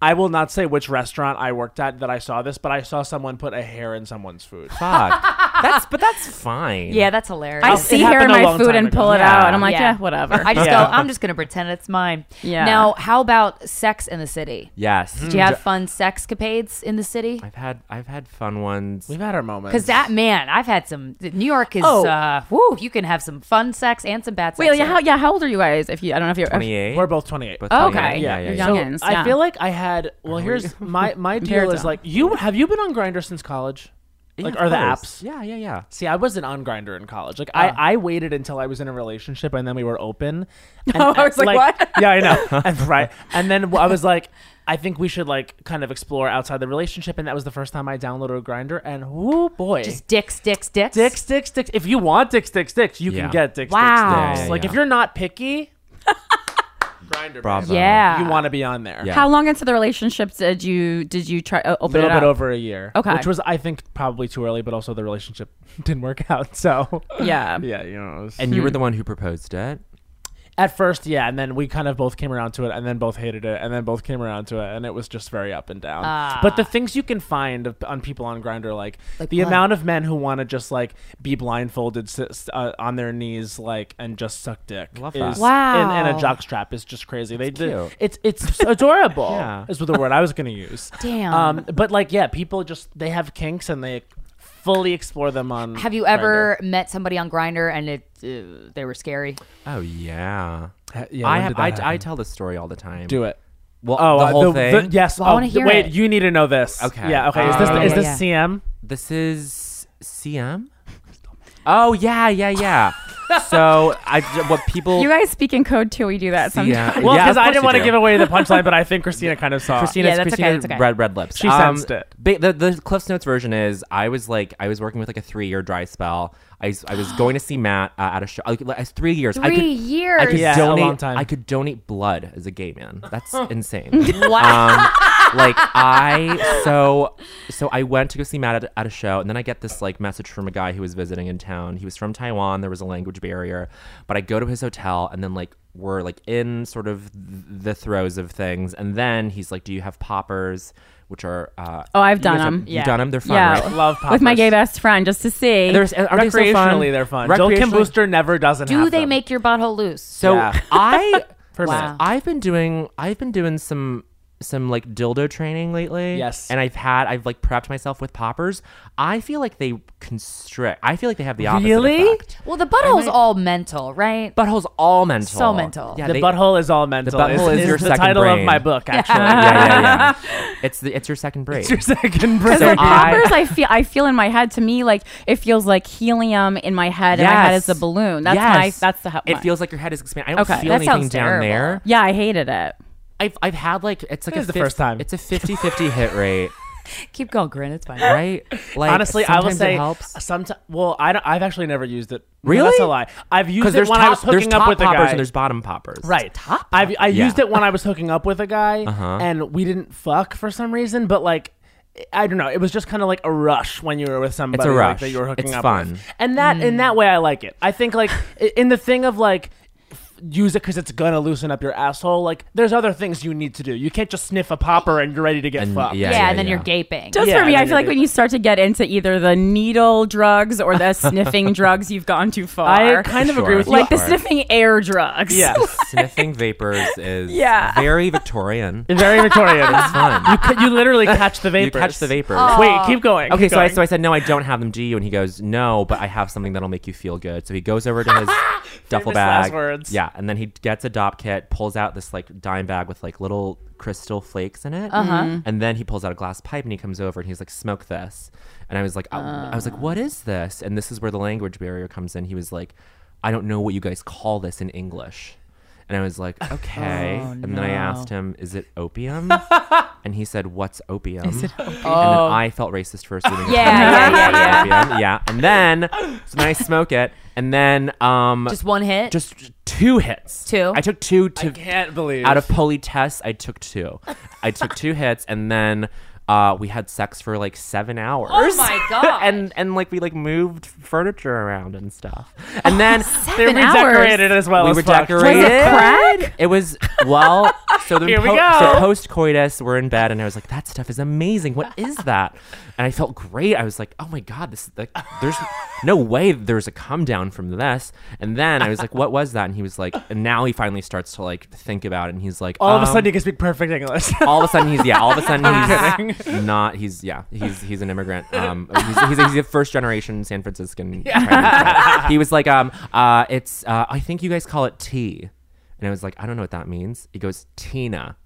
I will not say which restaurant I worked at that I saw this, but I saw someone put a hair in someone's food. Fuck. that's but that's fine. Yeah, that's hilarious. I It see hair in happened a my long food time and ago. pull it Yeah. out, and I'm like, Yeah. yeah, whatever. I just Yeah. go, I'm just going to pretend it's mine. Yeah. Now, how about sex in the city? Yes. Did you have fun sex capades in the city? I've had I've had fun ones. We've had our moments. Because that, man, I've had some. New York is, Oh. uh, woo, you can have some fun sex and some bad sex. Wait, yeah, here. how, yeah, how old are you guys? If you, I don't know if you're. Twenty eight. we're both 28. Oh, okay. Yeah, yeah, You're yeah. So youngins, I yeah. feel like I had. Well, here's my my deal Compared is to- like you have you been on Grinder since college? Yeah, Like of are the course. apps? Yeah, Ah. yeah, yeah. See, I wasn't on Grinder in college. Like I, I waited until I was in a relationship and then we were open. And, uh, I was like, what? Yeah, I know. and, right. And then I was like, I think we should like kind of explore outside the relationship. And that was the first time I downloaded a Grinder. And oh boy, Just dicks, dicks, dicks. dicks, dicks, dicks. If you want dicks, dicks, dicks, you Yeah. can get dicks, Wow. dicks, Yeah, dicks. yeah, like yeah. if you're not picky, Grinder, Bravo. Yeah. you want to be on there. Yeah. How long into the relationship did you did you try uh, A open little it bit up? over a year. Okay. Which was, I think, probably too early, but also the relationship didn't work out. So, Yeah. yeah, you know. it was- And you were the one who proposed it. At first, yeah, and then we kind of both came around to it, and then both hated it, and then both came around to it, and it was just very up and down. But the things you can find of- on people on Grinder, like, Ah. Like the what? amount of men who want to just like be blindfolded sit, s- uh, on their knees, like, and just suck dick, Love that. is- Wow. and, and a jockstrap is just crazy. they do cute. it's it's adorable. Yeah. is the word I was gonna use. Damn. Um, but like, yeah, people just they have kinks and they fully explore them on. Have you Grindr. ever met somebody on Grinder and it uh, they were scary? Oh yeah. Ha- yeah, I when have. did that I, happen? I tell this story all the time. do it. Well, Oh, the uh, whole thing. yes. Well, I oh, wanna th- hear wait, it. you need to know this. Okay. Yeah. Okay. Is this Yeah, is yeah, this yeah. CM? This is CM. Oh yeah, yeah, yeah. so I what people. You guys speak in code too. We do that sometimes. Yeah. Well, Yeah, because of I course didn't you want to do. give away the punchline, but I think Christina kind of saw. Christina, Yeah, that's okay, Christina that's okay. Red, red lips. She Um, sensed it. Ba- the, the Cliff's Notes version is I was like, I was working with like a three year dry spell. I, s- I was going to see Matt uh, at a show. Like, like, it's three years. I Three could, years. I could Yeah, a long donate. time. I could donate blood as a gay man. That's insane. Wow. Um, like I so so I went to go see Matt at, at a show, and then I get this like message from a guy who was visiting in town. He was from Taiwan. There was a language barrier, but I go to his hotel, and then like we're like in sort of th- the throes of things, and then he's like, "Do you have poppers?" Which are uh, Oh, I've done you guys have- them. You've done them. They're fun, Yeah. right? Love With my poppers. gay best friend, just to see. There's aren't they so fun? Recreationally, they're fun. Joe Kim Recreationally- Booster never doesn't. Do have they them. make your butthole loose? So Yeah. I For a minute. Wow. I've been doing I've been doing some some like dildo training lately. Yes. And I've had I've like prepped myself with poppers. I feel like they constrict. I feel like they have the opposite Really? effect. Well, the butthole's all mental, right? Butthole's all mental. So mental. Yeah, The they- butthole is all mental. butthole is your the second title of brain. my book. Actually, Yeah, yeah, yeah. it's the, it's your second brain. It's your second brain. Because the I- poppers, I feel, I feel in my head. To me, like it feels like helium in my head, and my head is a balloon. That's my. Yes. That's the help. It feels like your head is expanding. I don't Okay. feel That anything sounds down terrible. there. Yeah, I hated it. I've I've had like it's like This a is the fif- first time. It's a 50-50 hit rate, Keep going, Grin. It's fine. right? Like Honestly, I will sometimes it say helps. sometimes. Well, I don't, I've actually never used it. No, Really? that's a lie. I've used because it there's when I was top, there's hooking top up with a poppers guy. and there's bottom poppers. Right. I've, I Yeah. used it when I was hooking up with a guy, Uh-huh. and we didn't fuck for some reason, but like. I don't know. It was just kind of like a rush when you were with somebody like, rush. that you were hooking It's up fun. Mm. with, and that in that way I like it. I think like i- in the thing of like f- use it because it's gonna loosen up your asshole. Like there's other things you need to do. You can't just sniff a popper and you're ready to get And- fucked. yeah. Yeah, and then you're gaping. Just Yeah, for me, I I mean, feel like it- when you start to get into either the needle drugs or the sniffing drugs, you've gone too far. I kind of Sure. agree with you. like the Sure. sniffing air drugs. yeah, sniffing vapors is Yeah. very Victorian. It's very Victorian. fun. you, c- you literally catch the You vapors. Oh, catch the vapors. Wait, keep going. Okay, keep so I, going. so I said, no, I don't have them. Do you? And he goes, no, but I have something that'll make you feel good. So he goes over to his duffel Famous bag. last words. Yeah, and then he gets a dop kit, pulls out this like dime bag with like little crystal flakes in it. Uh-huh. And then he pulls out a glass pipe and he comes over and he's like, smoke this. And I was like, I, I was Oh. like, what is this? And this is where the language barrier comes in. He was like, I don't know what you guys call this in English. And I was like, okay. Oh, and then I asked him, is it opium? and he said, what's opium? And then I felt racist for Yeah, assuming. yeah, yeah, yeah. opium. Yeah. And then, so then I smoke it. And then, um, Just one hit. just just two hits. Two? I took two I to can't believe out of poly tests. I took two. I took two hits, and then uh, we had sex for like seven hours. Oh my God. and and like we like moved furniture around and stuff. And then They Seven hours. redecorated as well we as were fuck. decorated. Was it crack? It was well. So then Here we po- go. So post coitus, we're in bed, and I was like, that stuff is amazing. What is that? And I felt great. I was like, oh my god, this is like, there's no way there's a come down from this. And then I was like, what was that? And he was like, and now he finally starts to like think about it, and he's like, All of a um, sudden, you can speak perfect English. all of a sudden he's yeah all of a sudden I'm he's not he's yeah he's he's an immigrant um he's, he's, he's a first generation san franciscan Chinese. he was like um uh it's uh i think you guys call it tea and i was like i don't know what that means he goes tina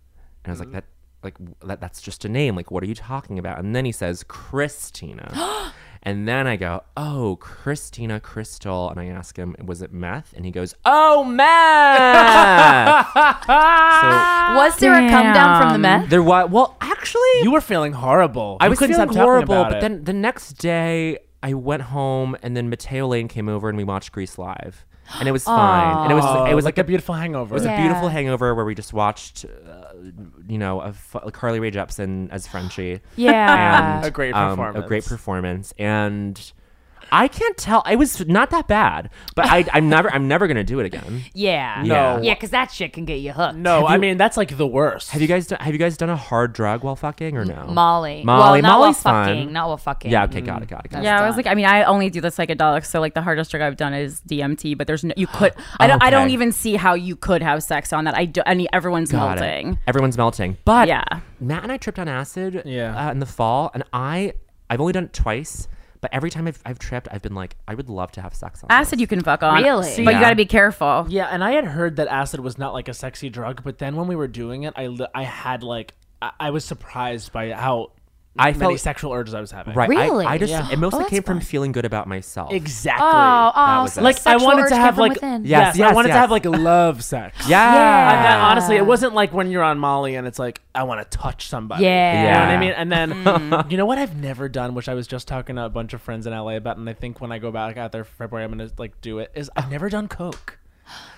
and i was like that like w- that, that's just a name like what are you talking about and then he says christina And then I go, oh, Christina Crystal. And I ask him, was it meth? And he goes, oh, meth. so Was there a come down from the Damn. meth? there was well, actually, you were feeling horrible. I You was couldn't feeling stop talking horrible. about But it. then the next day, I went home, and then Mateo Lane came over, and we watched Grease live, and it was fine. And it was Oh, it was like, like, a beautiful hangover. it was Yeah. a beautiful hangover where we just watched, uh, you know, a fu- Carly Rae Jepsen as Frenchie. Yeah. And, A great um, performance. a great performance, and. I can't tell. It was not that bad, but I, I'm never, I'm never gonna do it again. Yeah. No. Yeah, because that shit can get you hooked. no, I mean that's like the worst. Have you guys, done, have you guys done a hard drug while fucking or no? Molly. Well, Molly, not Molly's while fun. fucking. Not while fucking. Yeah. Okay. Got it. Got it. Got it. Yeah, I was done. like, I mean, I only do the psychedelics, so like the hardest drug I've done is DMT. But there's no, you could, I don't, I don't Okay. even see how you could have sex on that. I do, I mean, everyone's Got it. melting. Everyone's melting. But Yeah. Matt and I tripped on acid Yeah. uh, in the fall, and I I've only done it twice, but every time I've, I've tripped, I've been like, I would love to have sex on Acid you can fuck on, Really? but you Yeah. got to be careful. Yeah, and I had heard that acid was not like a sexy drug, but then when we were doing it, I li- I had like I, I was surprised by how I many felt- sexual urges I was having. this. Right. I- Really? I, just Yeah. it mostly that's came from fun. feeling good about myself. Exactly. Oh, oh, was so it. like I sexual wanted urge to came have from like within. Yeah. Yes, yes, I wanted yes. to have like love sex. Yeah. And Yeah. that- honestly, it wasn't like when you're on Molly and it's like I want to touch somebody. Yeah. Mm-hmm. You know what I Yeah. mean? And then you know what I've never done, which I was just talking to a bunch of friends in LA about, and I think when I go back out there for February, I'm gonna like do it. Is I've never done coke.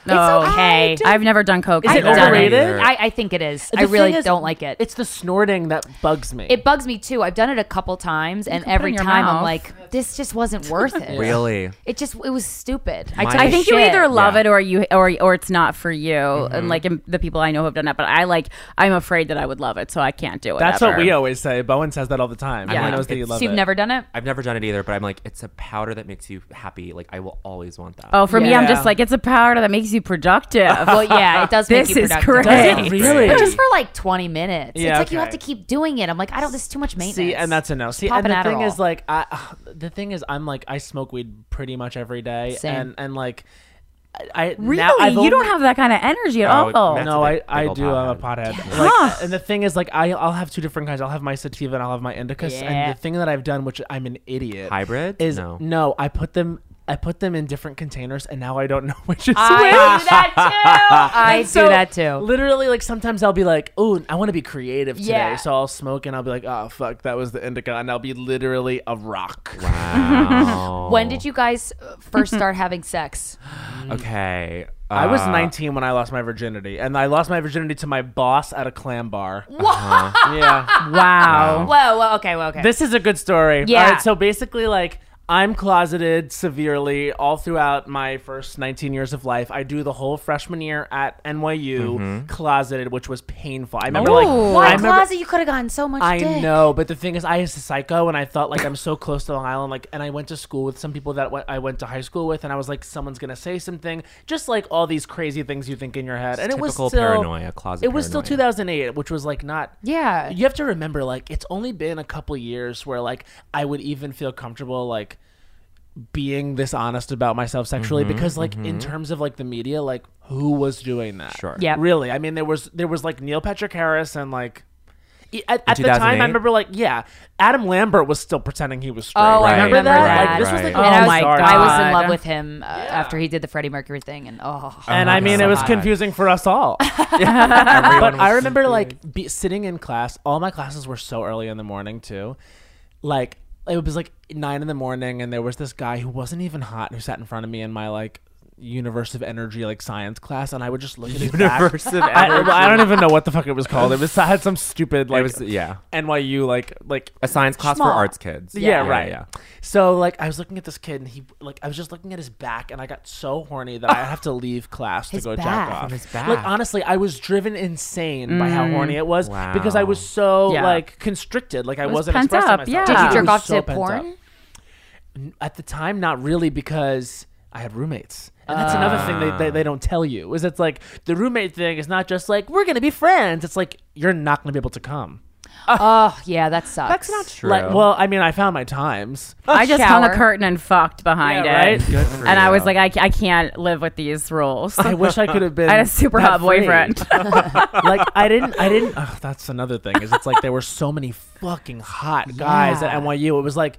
No, It's okay. I've never done coke. Is I've it done overrated? I, I think it is. I The really thing is, don't like it. It's the snorting that bugs me. It bugs me too. I've done it a couple times, and can put it every in your time I'm mouth. like, this just wasn't worth it. Really. It just it was stupid. My- I, took I a think you shit. either love Yeah. it or you or or it's not for you. And like in- the people I know have done that, but I like I'm afraid that I would love it, so I can't do it. That's ever. what we always say. Bowen says that all the time. Yeah. He knows that you It's- love So you've it. never done it. I've never done it either, but I'm like, it's a powder that makes you happy. Like I will always want that. Oh, for me, I'm Yeah. just like it's a powder that makes you productive. Well, yeah, it does. This make you is productive. great. Does it really? But just for like 20 minutes. it's Yeah, like you okay. have to keep doing it. I'm like, I don't. This is too much maintenance. See, and that's a no. See, pop and the an thing Adderall. is, like, I ugh, the thing is, I'm like, I smoke weed pretty much every day, Same. and and like, I I- Really? now I've you don't only- have that kind of energy at Oh, all. that's- No, a I, big- big I old do. I'm a pothead. pothead. Yeah. Like, Huh. and the thing is, like, I, I'll have two different kinds. I'll have my sativa and I'll have my indica. Yeah. And the thing that I've done, which I'm an idiot, Hybrid? is No. I put them. I put them in different containers, and now I don't know which is I which. do that too. I So, do that too. Literally, like sometimes I'll be like, "Oh, I want to be creative today," Yeah. so I'll smoke and I'll be like, "Oh fuck, that was the indica," and I'll be literally a rock. Wow. When did you guys uh, first start having sex? Okay. I was uh, 19 when I lost my virginity, and I lost my virginity to my boss at a clam bar. What? yeah. wow. Whoa, whoa, okay, whoa, okay. Oh. This is a good story. Yeah. All right, so basically, like. I'm closeted severely all throughout my first 19 years of life. I do the whole freshman year at NYU closeted, which was painful. I remember like Ooh. Why I remember, closet? You could have gotten so much. I dick. know, but the thing is, I was a psycho, and I thought like I'm so close to Long Island, like, and I went to school with some people that went, I went to high school with, and I was like, someone's gonna say something, just like all these crazy things you think in your head, and it was Typical still paranoia, closet It was still paranoia. 2008, which was like not. Yeah. You have to remember, like, it's only been a couple years where like I would even feel comfortable like being this honest about myself sexually because like in terms of like the media like who was doing that Sure. Yeah. really i mean there was there was like neil patrick harris and like e- at, at the time 2008? i remember like yeah adam lambert was still pretending he was straight Oh, Right, I remember remember that. that. like this was like Right. a and I was, my bizarre I was time. in God. love with him uh, after he did the Freddie Mercury thing, and oh, and Oh i my mean it God. was confusing for us all Everyone but I was- remember like be, sitting in class. All my classes were so early in the morning too. Like it was like nine in the morning, and there was this guy who wasn't even hot who sat in front of me in my like universe of energy like science class, and I would just look at his back. Universe of I, well, I energy. don't even know what the fuck it was called. It was I had some stupid It like was- yeah. NYU like like A science class Schmuck. for arts kids. yeah, right. Yeah. So like I was looking at this kid and he like I was just looking at his back and I got so horny that I have to leave class to His go back. jack off. From his Like back. honestly, I was driven insane by how horny it was Wow. because I was so Yeah. like constricted. Like I was was not pent expressing up, myself. yeah. Did Wow. It you jerk was off so to pent up. porn? At the time, not really because I had roommates. And that's another thing they, they, they don't tell you is it's like the roommate thing is not just like we're gonna be friends. It's like you're not gonna be able to come. Oh, yeah, that sucks. That's not true. Like, well, I mean, I found my times. I just hung a shower. curtain and fucked behind Yeah, it. right? Good for And I you. was like, I, I can't live with these rules. I wish I could have been. I had a super hot debt-free. boyfriend. like I didn't, I didn't. Ugh, that's another thing. Is it's like there were so many fucking hot guys Yeah. at NYU. It was like,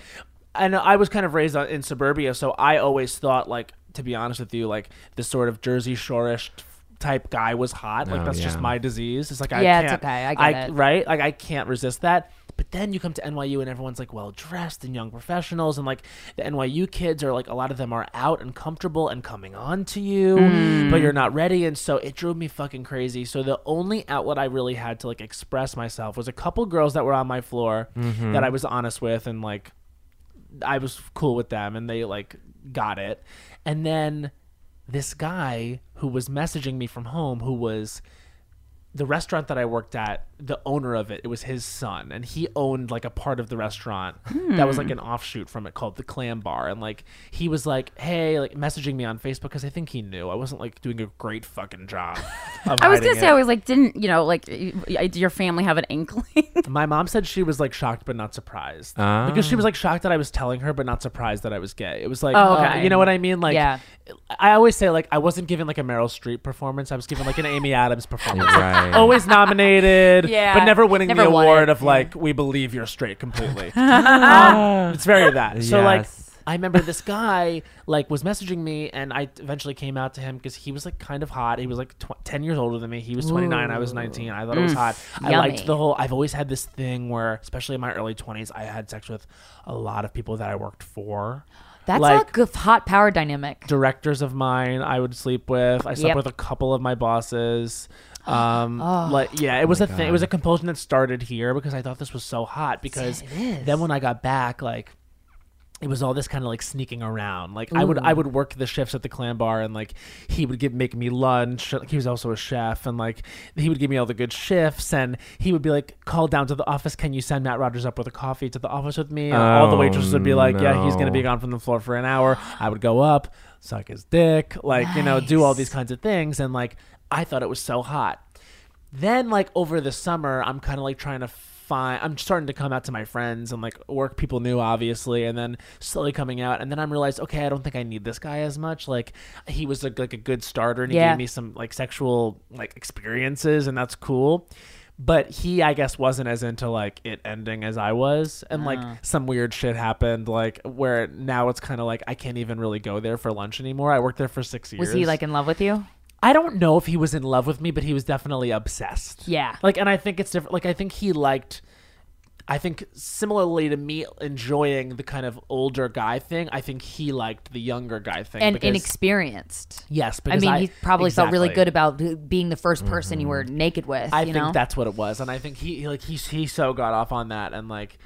and I was kind of raised on- in suburbia, so I always thought like, to be honest with you, like this sort of Jersey Shoreish type guy was hot. Like Oh, that's just yeah. my disease. It's like I Yeah, can't, it's okay. I get it. right? Like I can't resist that. But then you come to NYU and everyone's like well dressed and young professionals and like the NYU kids are like a lot of them are out and comfortable and coming on to you, Mm. but you're not ready and so it drove me fucking crazy. So the only outlet I really had to like express myself was a couple girls that were on my floor Mm-hmm. that I was honest with and like I was cool with them and they like got it. And then this guy who was messaging me from home who was the restaurant that I worked at, the owner of it, it was his son, and he owned like a part of the restaurant that Hmm. was like an offshoot from it called the Clam Bar, and like he was like, hey, like messaging me on Facebook because I think he knew I wasn't like doing a great fucking job. Of I was hiding gonna say, it. I was like, didn't you know, like, y- y- did your family have an inkling? My mom said she was like shocked but not surprised Ah. because she was like shocked that I was telling her but not surprised that I was gay. It was like, Oh, uh, okay. you know what I mean? Like, Yeah. I always say like I wasn't given like a Meryl Streep performance. I was given like an Amy Adams performance. Like, Right. always nominated, Yeah. but never winning the Never won award it. of like we believe you're straight completely. Um, it's very that. So like. Yes. I remember this guy like was messaging me, and I eventually came out to him because he was like kind of hot. He was like tw- ten years older than me. He was twenty nine. I was nineteen. I thought it was hot. I liked Yummy. the whole. I've always had this thing where, especially in my early twenties, I had sex with a lot of people that I worked for. That's Like- a good, hot power dynamic. directors of mine I would sleep with. I slept Yep. with a couple of my bosses. Um, like yeah, it was a thing. It was a compulsion that started here because I thought this was so hot. Because then when I got back, like it was all this kind of like sneaking around. Like I would I would work the shifts at the clam bar and like he would give make me lunch. Like, he was also a chef and like he would give me all the good shifts and he would be like call down to the office. Can you send Matt Rogers up with a coffee to the office with me? And all the Oh, waitresses would be like, Yeah, he's gonna be no. gone from the floor for an hour. I would go up, suck his dick, like, you know, do all these kinds of things. And like, I thought it was so hot. Then, like, over the summer, I'm kind of like trying to find, I'm starting to come out to my friends and like work people knew, obviously, and then slowly coming out. And then I'm realized, okay, I don't think I need this guy as much. Like, he was like, like a good starter and he Yeah. gave me some like sexual like experiences, and that's cool. But he, I guess, wasn't as into like it ending as I was, and like Ah. some weird shit happened, like where now it's kind of like I can't even really go there for lunch anymore. I worked there for six years. Was he like in love with you? I don't know if he was in love with me, but he was definitely obsessed. Yeah. Like, and I think it's different. Like, I think he liked. I think similarly to me enjoying the kind of older guy thing, I think he liked the younger guy thing. and because, inexperienced. yes, I because mean, he probably felt really Exactly. good about b- being the first person you were naked with. I you think know? that's what it was, and I think he he, like he he so got off on that, and like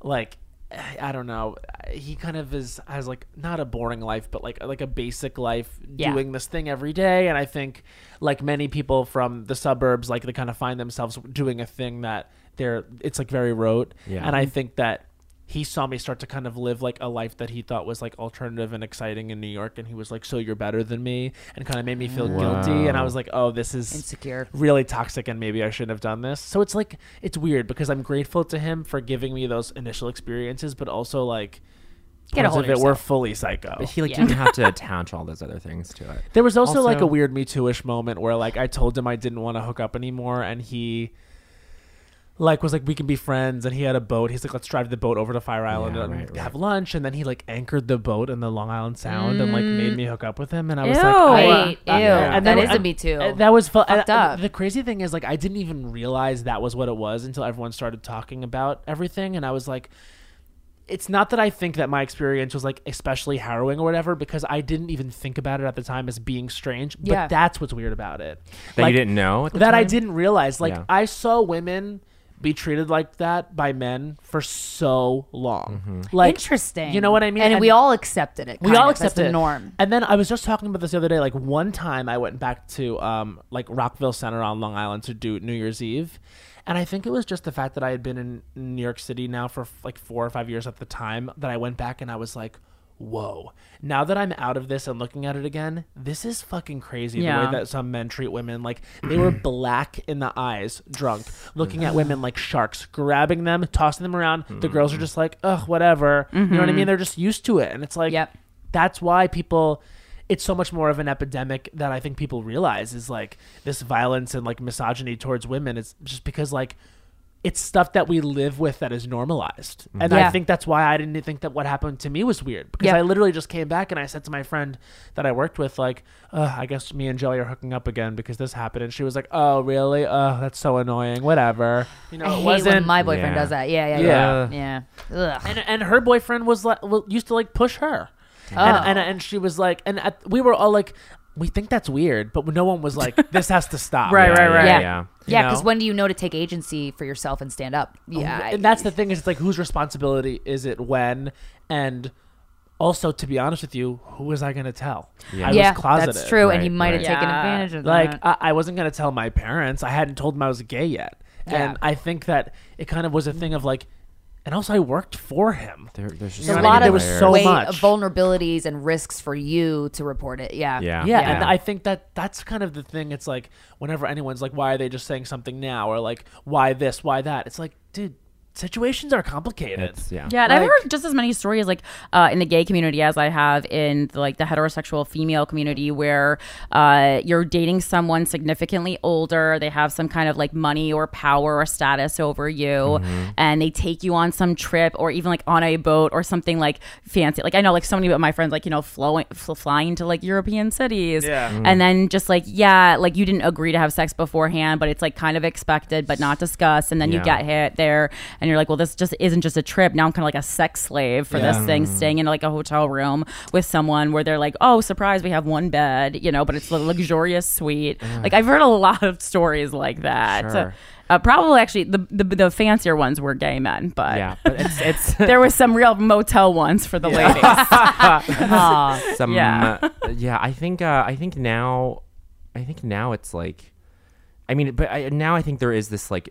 like eh, I don't know, eh, he kind of is has like not a boring life, but like like a basic life Yeah. doing this thing every day, and I think like many people from the suburbs, like they kind of find themselves doing a thing that they're it's like very rote, Yeah. and I think that. He saw me start to kind of live like a life that he thought was like alternative and exciting in New York, and he was like, "So you're better than me," and kind of made me feel guilty. And I Wow. was like, "Oh, this is insecure. really toxic and maybe I shouldn't have done this. So it's like it's weird because I'm grateful to him for giving me those initial experiences, but also like Get a parts hold of of it were fully psycho. But he Oh, like Yeah. didn't have to attach all those other things to it. There was also, like Also- a weird Me Too ish moment where like I told him I didn't want to hook up anymore and he like was like we can be friends and he had a boat. He's like let's drive the boat over to Fire Island Yeah, and right, have right. lunch and then he like anchored the boat in the Long Island Sound and like made me hook up with him and I was Ew. like I- Wait, uh, ew, and then that is I- a Me Too. Uh, That was fu- and, Fucked uh, up. The crazy thing is, like, I didn't even realize that was what it was until everyone started talking about everything, and I was like, it's not that I think that my experience was like especially harrowing or whatever because I didn't even think about it at the time as being strange. But Yeah. that's what's weird about it. That Like, you didn't know at the that I time? didn't realize. Like Yeah. I saw women be treated like that by men for so long. Mm-hmm. Like Interesting. You know what I mean? and, we all accepted it. we kind all of. That's accept the it. norm. And then I was just talking about this the other day. Like one time, I went back to um, like Rockville Center on Long Island to do New Year's Eve, and I think it was just the fact that I had been in New York City now for like four or five years at the time that I went back and I was like. Whoa. Now that I'm out of this and looking at it again, this is fucking crazy the Yeah. way that some men treat women. Like they were black in the eyes, drunk, looking at women like sharks, grabbing them, tossing them around. The girls are just like, ugh, whatever. You know what I mean? They're just used to it. And it's like Yep. that's why people it's so much more of an epidemic that I think people realize is like this violence and like misogyny towards women is just because like it's stuff that we live with that is normalized. And Yeah. I think that's why I didn't think that what happened to me was weird because Yeah. I literally just came back and I said to my friend that I worked with, like, Ugh, I guess me and Joey are hooking up again because this happened. And she was like, oh, really? Oh, that's so annoying. Whatever. You know, I it hate wasn't. when my boyfriend Yeah. does that. Yeah, yeah, yeah. yeah. Yeah. Ugh. And, and her boyfriend was like, well, used to like push her. Oh. And, and and she was like, and at, we were all like, we think that's weird, but no one was like, this has to stop. Right, right, right. Yeah. Yeah. Yeah, You because know? Oh, when do you know to take agency for yourself and stand up? Yeah. I- and that's the thing is, it's like whose responsibility is it when? And also, to be honest with you, who was I going to tell? I yeah, was closeted. that's true. and he Right, might have right. taken Yeah. advantage of that. Like I, I wasn't going to tell my parents. I hadn't told them I was gay yet. Yeah. And I think that it kind of was a thing of like, and also I worked for him. There, there's There's just so a many lot of There was layers. so way much. of vulnerabilities and risks for you to report it. Yeah. Yeah. Yeah, and I think that that's kind of the thing. It's like whenever anyone's like, "Why are they just saying something now?" or like, "Why this? Why that?" It's like, dude, situations are complicated. It's- yeah. Yeah, and I've Like- heard just as many stories like uh, in the gay community as I have in the, like the heterosexual female community, where uh, you're dating someone significantly older, they have some kind of like money or power or status over you, Mm-hmm. and they take you on some trip or even like on a boat or something like fancy. Like I know like so many of my friends like you know flowing fl- flying to like European cities, Yeah. Mm. and then just like yeah, like you didn't agree to have sex beforehand, but it's like kind of expected but not discussed, and then you Yeah. get hit there and you're like well this just isn't just a trip now i'm kind of like a sex slave for this thing staying in like a hotel room with someone where they're like oh surprise we have one bed you know but it's a luxurious suite like i've heard a lot of stories like that Sure. uh, probably actually the, the the fancier ones were gay men but Yeah, but it's it's there was some real motel ones for the ladies Aw. some Yeah. yeah. I think uh, I think now I think now it's like I mean but I, now I think there is this like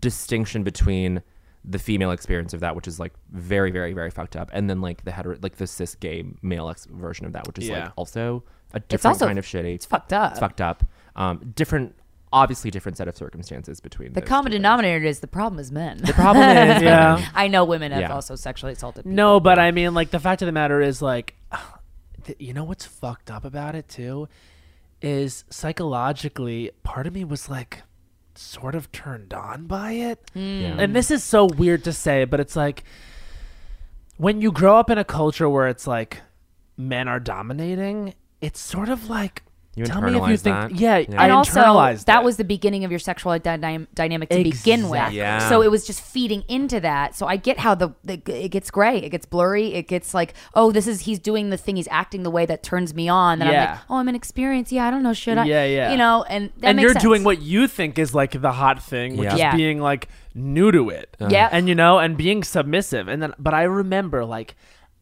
distinction between the female experience of that which is like very very very fucked up and then like the hetero like the cis gay male ex- version of that which is Yeah. like also a different also- kind of shitty. it's fucked up. It's fucked up. Um different obviously different set of circumstances between the those common two things. denominator is the problem is men. The problem is Yeah. I know women have Yeah. also sexually assaulted people. No, but I mean, like the fact of the matter is, like, th- you know what's fucked up about it too, is psychologically, part of me was like, sort of turned on by it, Hmm. Yeah. and this is so weird to say, but it's like, when you grow up in a culture where it's like, men are dominating, it's sort of like. You Tell me if you internalize think, that? yeah, Yeah. I and also internalized that it. was the beginning of your sexual dyna- dynamic to begin with. Exactly. Yeah. So it was just feeding into that. So I get how the, the it gets gray, it gets blurry, it gets like, oh, this is he's doing the thing, he's acting the way that turns me on. Then I'm Yeah. like, oh, I'm inexperienced. Yeah, I don't know, should I? Yeah, yeah. You know, and that and makes you're sense. doing what you think is like the hot thing, which Yeah. is Yeah. being like new to it. Yeah. And you know, and being submissive. And then but I remember like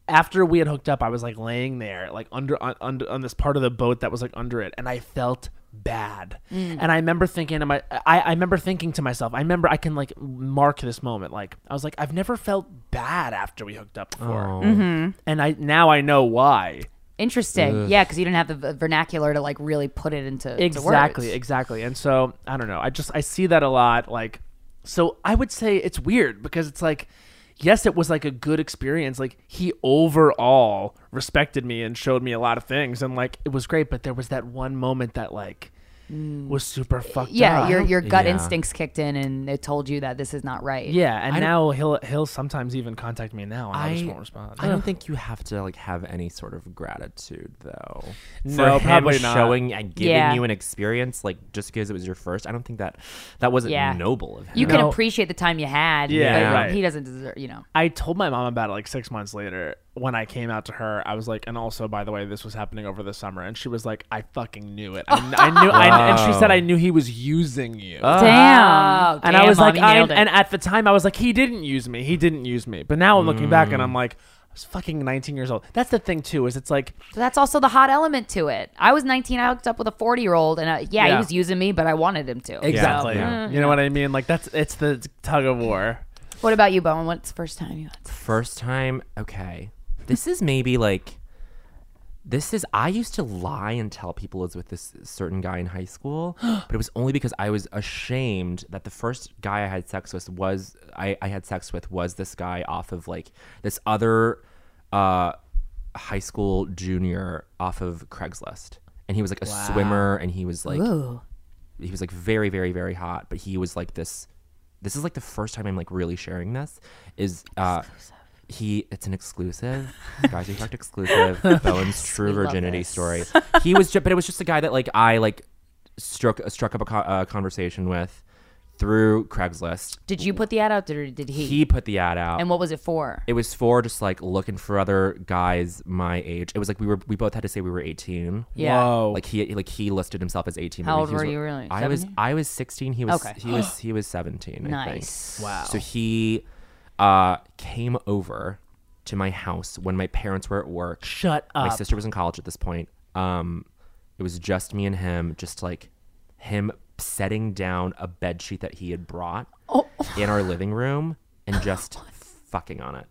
after we had hooked up, I was like laying there like under on, on, on this part of the boat that was like under it and I felt bad. Mm. And I remember thinking to my I, I remember thinking to myself, I remember I can like mark this moment. Like I was like, I've never felt bad after we hooked up before. Mm-hmm. And I now I know why. Interesting. Yeah, because you didn't have the v- vernacular to like really put it into to exactly words. exactly and so i don't know i just i see that a lot like so i would say it's weird because it's like yes it was like a good experience like he overall respected me and showed me a lot of things and like it was great but there was that one moment that like was super fucked yeah, up. your your gut Yeah. instincts kicked in and it told you that this is not right. yeah, and I don't- now he'll he'll sometimes even contact me now, and I, just won't respond. I don't think you have to like have any sort of gratitude though. No, For him probably not. showing and giving Yeah. you an experience like just because it was your first. I don't think that that wasn't Yeah. noble of him. You can No. appreciate the time you had. Yeah, but right. he doesn't deserve. You know. I told my mom about it like six months later when I came out to her. I was like, and also by the way, this was happening over the summer, and she was like, I fucking knew it. I, kn- I knew, I, and she said, I knew he was using you. Oh, Damn. and I was like, I, and at the time I was like, he didn't use me. He didn't use me. But now I'm looking back and I'm like, I was fucking 19 years old. That's the thing too, is it's like, But that's also the hot element to it. I was 19. I hooked up with a 40 year old, and uh yeah, he Yeah. was using me, but I wanted him to. exactly. Yeah. You know what I mean? Like that's, it's the tug of war. So, what about you, Bowen? What's the first time you had? First time, okay. This is maybe like this is I used to lie and tell people I was with this certain guy in high school, but it was only because I was ashamed that the first guy I had sex with was I, I had sex with was this guy off of like this other uh high school junior off of Craigslist. And he was like a swimmer and he was like Ooh. he was like very very very hot but he was like this this is like the first time i'm like really sharing this is uh he it's an exclusive guys we talked exclusive bowen's true love virginity this. story he was ju- but it was just a guy that like i like struck struck up a co- uh, conversation with through craigslist Did you put the ad out, or did he? he put the ad out and what was it for? it was for just like looking for other guys my age it was like we were we both had to say we were 18 yeah. Whoa. like he like he listed himself as 18. How but old he was- were you really? I was 17? I was 16. He was Okay. he was he was 17. Nice. I think. Wow. So he uh, came over to my house when my parents were at work. Shut Uh, My up. sister was in college at this point. Um, it was just me and him, just like him setting down a bed sheet that he had brought Oh. in our living room and just fucking on it.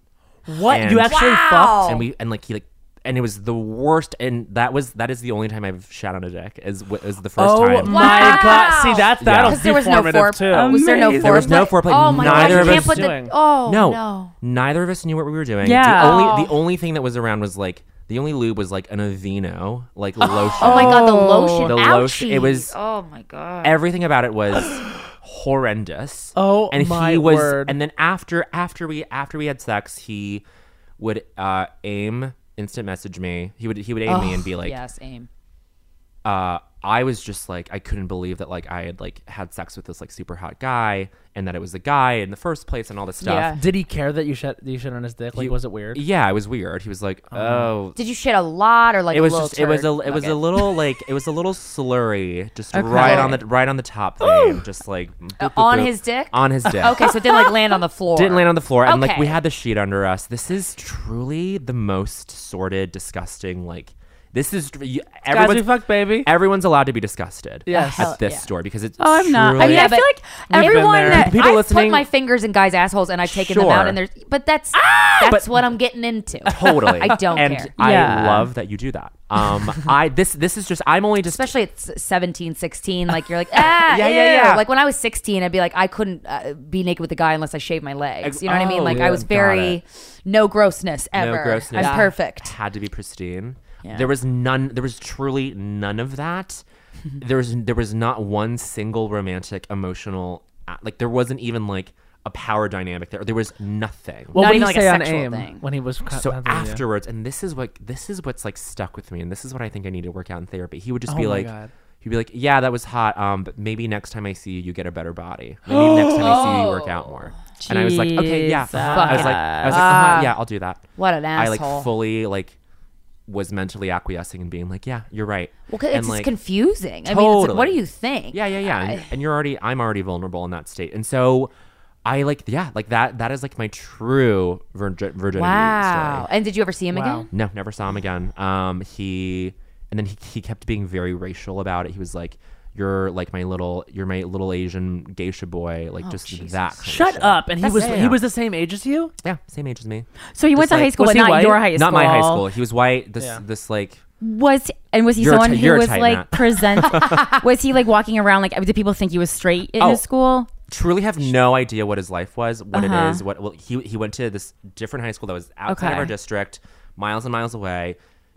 What? And- you actually Wow. And we and like he like and it was the worst. And that was that is the only time I've shat on a dick is wh- is the first fucked? Oh time. my God. See, that's, that'll Because there was no Oh, be foreplay. formative too. Was there no foreplay? There was no foreplay. Oh my Neither god! of you can't us put doing. the. Oh no, no. Oh. neither of us knew what we were doing. Yeah. The only the only thing that was around was like the only lube was like an Aveeno like lotion. Oh my god! The lotion. The lotion- it Ouchie. was- Oh my god. Everything about it was horrendous. Oh and my he was, word. And then after after we after we had sex, he would uh, aim instant message me. He would he would aim me and be like, yes, aim. uh, I was just like I couldn't believe that like I had like had sex with this like super hot guy and that it was the guy in the first place and all this stuff. Yeah. Did he care that you shut you shit on his dick? Like, was it weird? Yeah, it was weird. He was like, "Oh, Did you shit a lot or like it was a Uh-huh. little just it was a turd? it was Okay. a little like it was a little slurry just right on the right on the top thing just like boop, boop, on boop. his dick? on his dick Okay, so it didn't like land on the floor. didn't land on the floor and like Okay. we had the sheet under us this is truly the most sordid disgusting like this is you, Guys, we everyone's fucked, baby. everyone's allowed to be disgusted Yes. at this Yeah. story because it's Oh, I'm not. I truly- mean, Yeah, I feel but like been everyone there. that people I've listening- put my fingers in guys' assholes and I've taken them out, Sure. Ah! and there's but that's that's what I'm getting into. totally I don't and care. i Yeah. love that you do that um i this this is just i'm only just Especially at s- 17, 16, like you're like, ah, Yeah, yeah, ew." yeah. Like when I was 16, I'd be like, I couldn't uh, be naked with a guy unless I shaved my legs. Ex- You know what I mean? oh, Like I yeah. was Got very it. no grossness ever. No grossness. I'm perfect. Had to be pristine. There was none. There was truly none of that. there was there was not one single romantic emotional a- like there wasn't even like a power dynamic there. There was nothing. Well, Not what did even, he like, a say on sexual aim thing. when he was cu- so cuddling you? afterwards, and this is what this is what's like stuck with me, and this is what I think I need to work out in therapy. He would just Oh be my like, God. he'd be like, yeah, that was hot. Um, but maybe next time I see you, you get a better body. Maybe next time I see you, you work out more. And I was like, okay, yeah. Jesus. I was like, I was like, uh-huh, yeah, I'll do that. uh, What an I asshole. like fully like was mentally acquiescing and being like, yeah, you're right. well, 'cause it's and just like, confusing. I mean, it's like, what do Totally. you think? yeah, yeah, yeah. And, and you're already, I'm already vulnerable in that state. And so I like, yeah, like that, that is like my true virgi- virginity Wow. story. And did you ever see him Wow. again? No, never saw him again. Um, he, and then he, he kept being very racial about it. He was like, you're like my little, you're my little Asian geisha boy. Like Oh, just that. Kind of Shut shit. up! And he was yeah. he was the same age as you. Yeah. Same age as me. so he went Just to like- high school, Was but he not white? your high school. Not my high school. He was white. This, Yeah. this like, Was and was he You're a someone ti- who you're a was tight like knot. present? was he like walking around like? Did people think he was straight in Oh. his school? truly have no idea what his life was, what it Uh-huh. is, what well he he went to this different high school that was outside of Okay. our district, miles and miles away.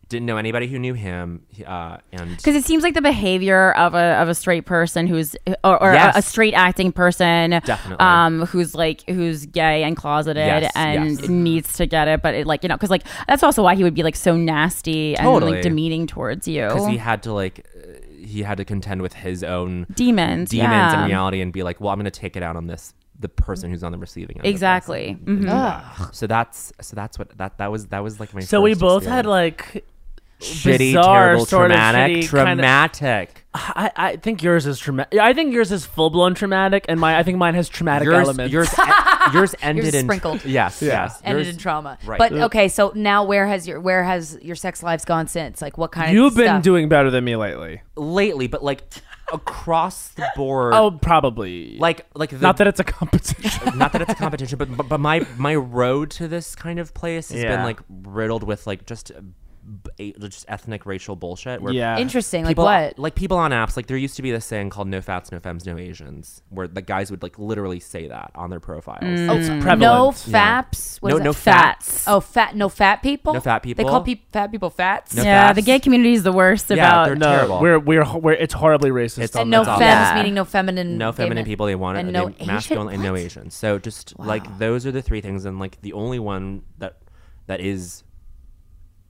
Didn't know anybody who knew him. He- Uh, and Because it seems like the behavior of a of a straight person who's or, or a- Yes. a, straight acting person, Definitely. um, who's like who's gay and closeted Yes, and yes. needs to get it, but it like you know, because like that's also why he would be like so nasty and Totally. like demeaning towards you, because he had to like uh, he had to contend with his own demons, demons yeah. in reality and be like, well, I'm going to take it out on this the person who's on the receiving end. of this. Exactly. Mhm. So that's so that's what that that was that was like my. So we first both had experience. like shitty, bizarre, terrible, sort of traumatic, shitty kind of- traumatic. I, I think yours is traumatic. I think yours is full blown traumatic, and my I think mine has traumatic Yours, elements. yours, e, yours ended in sprinkled. Yes, yes. ended yours- in trauma. right. But Ugh. okay, so now where has your where has your sex lives gone since? Like what kind You've of been stuff? doing better than me lately. lately, but like across the board. Oh, probably. like like the, not that it's a competition. not that it's a competition, but, but but my my road to this kind of place has been Yeah. like riddled with like just uh, b- a- just ethnic racial bullshit. Where yeah. interesting. People, like what? Like people on apps. Like there used to be this saying called "No fats, no femmes, no Asians," where the guys would like literally say that on their profiles. Mm. It's prevalent. Oh, No faps. What Mm. No- is it? no fats. Oh, fat. No fat people. No fat They people. call peop fat people fats. No Yeah, the fats. gay community is the worst Yeah, they're about not- terrible. no, Uh, we're we're ho- we're it's horribly racist. Um, It's- on and that's no awful. femmes Yeah. meaning no feminine. no gay feminine men. people they want and and no they- Asian? masculine and no What? Asian. So just like those are the three things, and like the only one that that is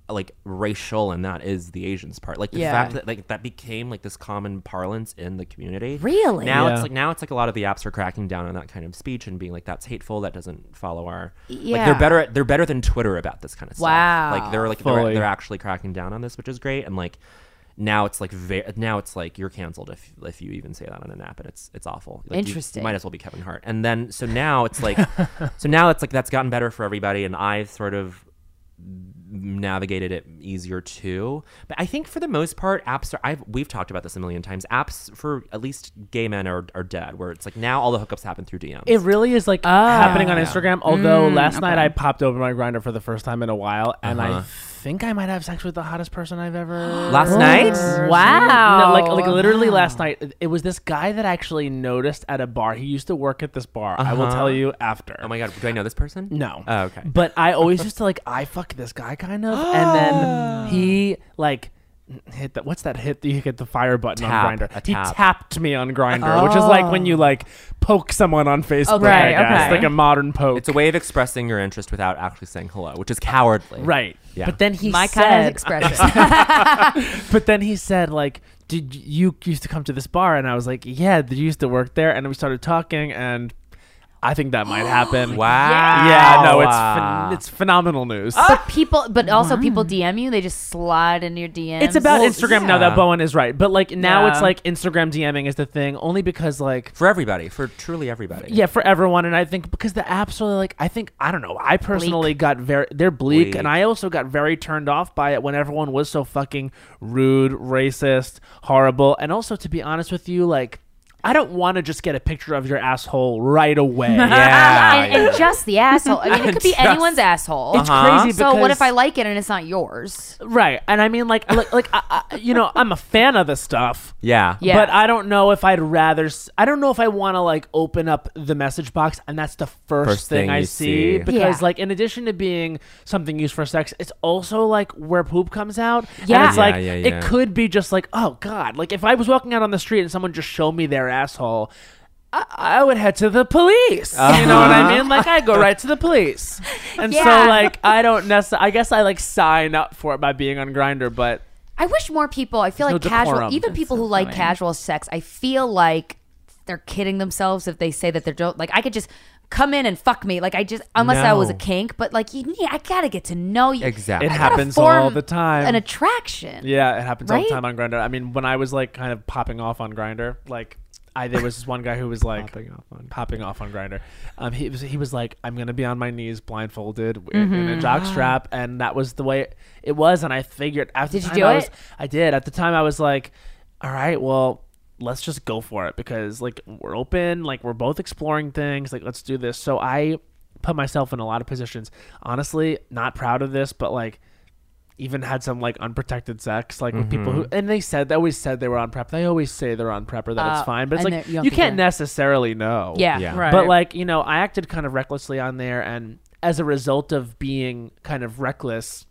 like racial, and that is the Asians part. Like the Yeah. fact that like that became like this common parlance in the community. Really? Now it's Yeah. like now it's like a lot of the apps are cracking down on that kind of speech and being like that's hateful. That doesn't follow our. Like Yeah. they're better at they're better than Twitter about this kind of stuff. Wow. Like they're like they're, Fully. they're actually cracking down on this, which is great. And like now it's like ve- now it's like you're canceled if if you even say that on an app, and it's it's awful. Like, you- Interesting. You, might as well be Kevin Hart. And then so now it's like so now it's like that's gotten better for everybody, and I've sort of navigated it easier too. But I think for the most part, apps are. I've we've talked about this a million times. Apps for at least gay men are are dead. Where it's like now all the hookups happen through DMs. It really is like happening on Instagram. Although last night I popped open my grinder for the first time in a while, and I think I might have sex with the hottest person I've ever. Uh-huh. Last night? Wow. No, like Oh, like literally last night, it- it was this guy that I actually noticed at a bar. He used to work at this bar. I will tell you after. oh my god, do I know this person? No. Oh, okay. But I always used to like I fuck this guy kind of, and Ah. then he like hit that. What's that hit? that You hit the fire button Tap, on Grinder. a He tap. Oh. tapped me on Grinder, which is like when you like poke someone on Facebook. Okay, I guess. okay. like a modern poke. It's a way of expressing your interest without actually saying hello, which is cowardly. right. Yeah. But then he My said, kind of expression. but then he said like. Did you used to come to this bar? And I was like, yeah, did you used to work there? And we started talking, and I think that might happen. Wow. Yeah, no, it's phen- it's phenomenal news. but people, but also people DM you. They just slide into your DMs. It's about Well, Instagram now yeah. that Bowen is right. But like now it's Yeah. like Instagram DMing is the thing only because like for everybody, for truly everybody. yeah, for everyone and I think because the apps are like I think I don't know. I personally got very they're bleak, Bleak. and I also got very turned off by it when everyone was so fucking rude, racist, horrible. And also to be honest with you, like I don't want to just get a picture of your asshole right away. Yeah. and, and just the asshole. I mean, it could be anyone's asshole. It's Uh-huh. crazy So what because- if I like it and it's not yours? Right. And I mean like like, like I, I, you know, I'm a fan of this stuff. yeah. Yeah. But I don't know if I'd rather. s- I don't know if I want to like open up the message box and that's the first, First thing, thing I you see, see. because Yeah. like in addition to being something used for sex, it's also like where poop comes out. And Yeah. it's like Yeah, yeah, yeah. it could be just like oh god, like if I was walking out on the street and someone just showed me their asshole. I- I would head to the police. You know what Uh-huh. I mean? Like I go right to the police, and Yeah. so like I don't necessarily. I guess I like sign up for it by being on Grinder, but I wish more people. I feel There's like no casual, decorum. even people who like casual sex. I feel like they're kidding themselves if they say that they're don't like. I could just come in and fuck me. Like I just unless I was a No. kink, but like you need. I gotta get to know you. Exactly. It I gotta happens all form the time. An attraction. Yeah, it happens all Right? the time on Grinder. I mean, when I was like kind of popping off on Grinder, like I there was this one guy who was like popping off on popping off on Grinder. Um, he was he was like, I'm gonna be on my knees blindfolded in, in Mm-hmm. a Ah. jockstrap, and that was the way it was. And I figured after Did the you time do I was- it? I did. At the time, I was like, all right, well. Let's just go for it because like we're open, like we're both exploring things, like let's do this. So I put myself in a lot of positions. Honestly, not proud of this, but like even had some like unprotected sex, like with people who, and they said they always said they were on prep. They always say they're on prep or that Uh, it's fine, but it's and like that you don't you have to can't do it. necessarily know. Yeah. Yeah. Right. But like you know, I acted kind of recklessly on there, and as a result of being kind of reckless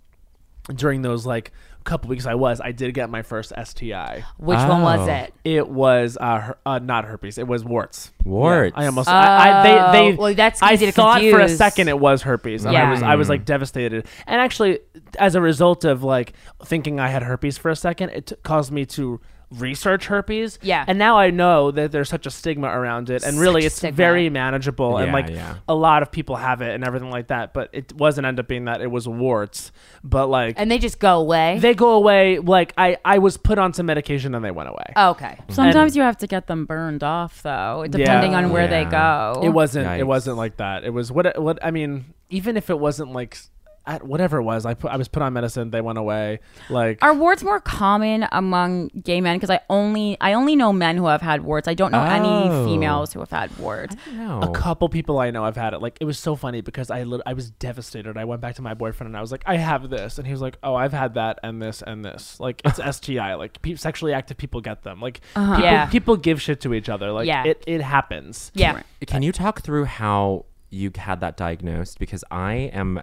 during those like couple weeks I was, I did get my first STI. Which one was Oh. it? It was uh, her, uh not herpes. It was warts. Warts. I almost. I, I, they, they, Oh, well, that's I easy to thought for a confuse. second it was herpes, and Yeah. I was, I was like devastated. And actually, as a result of like thinking I had herpes for a second, it t- caused me to research herpes. Yeah. And now I know that there's such a stigma around it, and really, Such a it's stigma. very manageable, and Yeah, like yeah. a lot of people have it and everything like that. But it wasn't end up being that; it was warts. But like. And they just go away. they go away like I, I was put on some medication and they went away. oh, okay. Sometimes you have to get them burned off, though, depending on where they Yeah. go. It wasn't. It Yikes. wasn't like that. It was what. What I mean, even if it wasn't like at whatever it was, I put. I was put on medicine. They went away. Like Are warts more common among gay men? Because I only I only know men who have had warts. I don't know Oh. any females who have had warts. No. a couple people I know have had it. Like it was so funny because I lit- I was devastated. I went back to my boyfriend and I was like, I have this, and he was like, Oh, I've had that and this and this. Like it's STI. Like pe- sexually active people get them. Like people, Uh-huh. Yeah. people give shit to each other. Like Yeah. it it happens. Yeah. Can you talk through how you had that diagnosed? Because I am,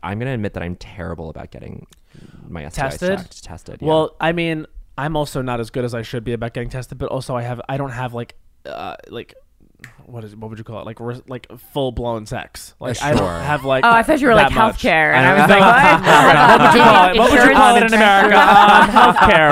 I'm gonna admit that I'm terrible about getting my STIs Tested? checked, tested. yeah. Well, I mean, I'm also not as good as I should be about getting tested, but also I have I don't have like uh like what is what would you call it like res- like full blown sex like I don't sure. have like Oh, I thought you were that like much. healthcare, I and I, don't was know. like, what? What would you call it? What would you Insurance Uh-huh. call it in contract. America? Um, healthcare,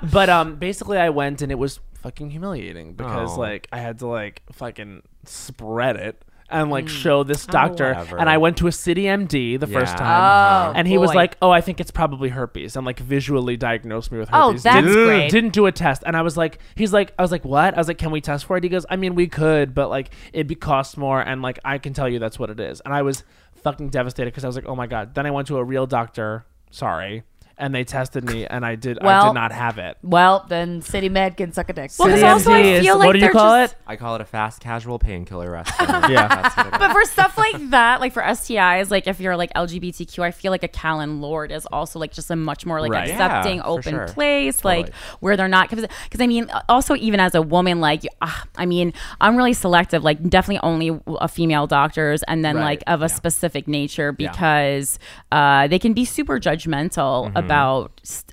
right? But um, basically, I went and it was fucking humiliating because Oh. like I had to like fucking spread it and Mm. like show Oh, this doctor, whatever. and I went to a city MD the first Yeah. time, Oh, and he was boy. like, "Oh, I think it's probably herpes," and like visually diagnosed me with Oh, herpes. that's didn't, great. Didn't do a test, and I was like, "He's like, I was like, what?" I was like, "Can we test for it?" He goes, "I mean, we could, but like it'd be cost more, and like I can tell you that's what it is." And I was fucking devastated because I was like, "Oh my god!" Then I went to a real doctor. Sorry. And they tested me, and I did. I Well- did not have it. Well, then City Med can suck a dick. Well, 'cause CMT also I is- feel what like do you they're call just- it? I call it a fast casual painkiller restaurant. Yeah. That's what it But for stuff like that, like for STIs, like if you're like LGBTQ, I feel like a Callan Lord is also like just a much more like Right. accepting, Yeah, for open sure. place, like Totally. where they're not. Because I mean, also even as a woman, like ah, I mean, I'm really selective, like definitely only a female doctors, and then Right. like of a specific nature because uh, they can be super judgmental about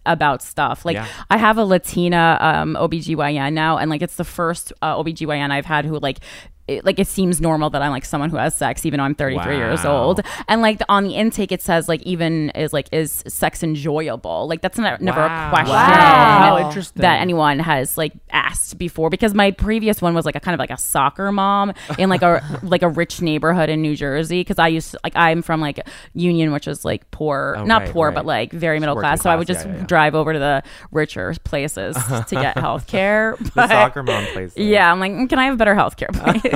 about stuff. Like Mm-hmm. Yeah. I have a Latina um, OBGYN now, and like it's the first uh, OBGYN I've had who like. It, like it seems normal that I'm like someone who has sex, even though I'm 33 years Wow. old, and like the, on the intake it says like even is like is sex enjoyable? Like that's not, never Wow. a question Wow. How interesting. that anyone has like asked before because my previous one was like a kind of like a soccer mom in like a like a rich neighborhood in New Jersey because I used to, like I'm from like Union which is like poor Oh, not right, poor right. but like very middle working class, so I would class, just yeah, yeah, yeah. drive over to the richer places to get health care the soccer mom place. there. yeah, I'm like, "Mm, can I have better healthcare, please?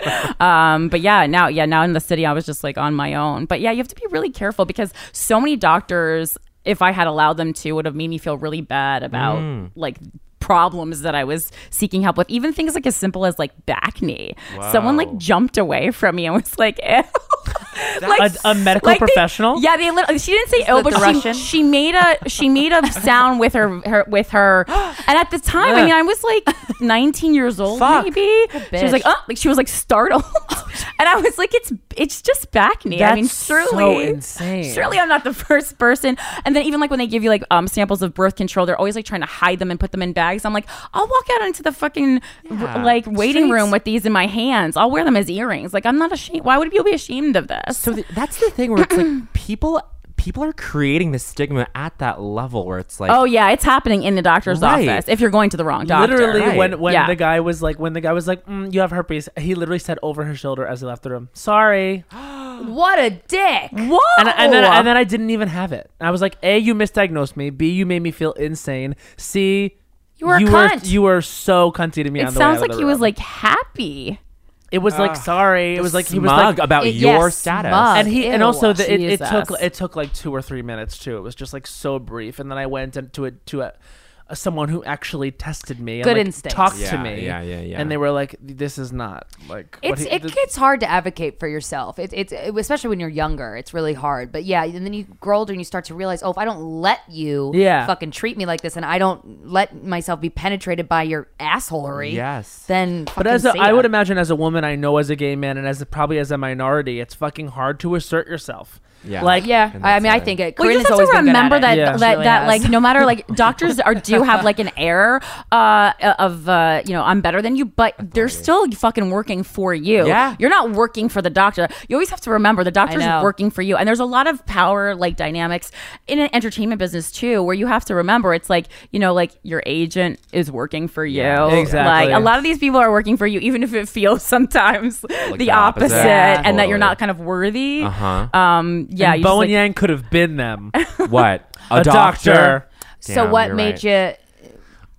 um, but yeah, now, yeah, now in the city, I was just like on my own. But yeah, you have to be really careful because so many doctors, if I had allowed them to, would have made me feel really bad about Mm. like problems that I was seeking help with. Even things like as simple as like back knee. Someone like Wow. jumped away from me and was like, ew. a, a medical Like, they- professional. yeah, they literally. She didn't say oh, the but she, Russian? she made a she made a sound with her, her with her. And at the time, I mean, I was like 19 years old, Fuck. maybe. She was bitch. like, oh, like she was like startled, and I was like, it's it's just back knee. I mean, That's so surely, insane. surely I'm not the first person. And then even like when they give you like um samples of birth control, they're always like trying to hide them and put them in bags. I'm like, I'll walk out into the fucking Yeah. like waiting room with these in my hands. I'll wear them as earrings. Like I'm not ashamed. Why would you be ashamed of this? So th- that's the thing where it's like people people are creating the stigma at that level where it's like Oh yeah, it's happening in the doctor's Right. office if you're going to the wrong doctor. Literally, Right. when when Yeah. the guy was like, when the guy was like, mm, "You have herpes," he literally said over his shoulder as he left the room, "Sorry," what a dick. Whoa. and, I- and then and then I didn't even have it. And I was like, "A, you misdiagnosed me. B, you made me feel insane. C, you were a were cunt." you were so cunty to me." it on the way out sounds of like the he was room. like happy. it was like sorry. It was like he was like smug about It- your yes, status. smug. and he and Ew. also the, it, it Jesus. took it took like two or three minutes too. It was just like so brief, and then I went and to a to a uh, someone who actually tested me. and, Good like, instincts. Talked to Yeah, me. yeah, yeah, yeah. And they were like, "This is not like." what It's he- it th- gets hard to advocate for yourself. It, it's especially when you're younger. It's really hard. But yeah, and then you grow older and you start to realize, oh, if I don't let you, Yeah. fucking treat me like this, and I don't let myself be penetrated by your assholery, Yes. then. But as a, I would imagine, as a woman, I know as a gay man, and as a, probably as a minority, it's fucking hard to assert yourself. Yeah. Like yeah. And I that's mean, I it. think it. Well, you Corinne's just have always to been good at remember it. that Yeah. that, Really that has. like no matter like doctors are do have like an air uh, of uh, you know I'm better than you, but they're still fucking working for you. Yeah. you're not working for the doctor. You always have to remember the doctor's know. working for you, and there's a lot of power like dynamics in an entertainment business too, where you have to remember it's like you know like your agent is working for you. Exactly. Like a lot of these people are working for you, even if it feels sometimes the, the opposite. opposite, Yeah. and that you're Totally. not kind of worthy. Uh-huh. Um, yeah, and you just, Bowen like- Yang could have been them. what? a doctor. So Um, Damn, what you're made right. you?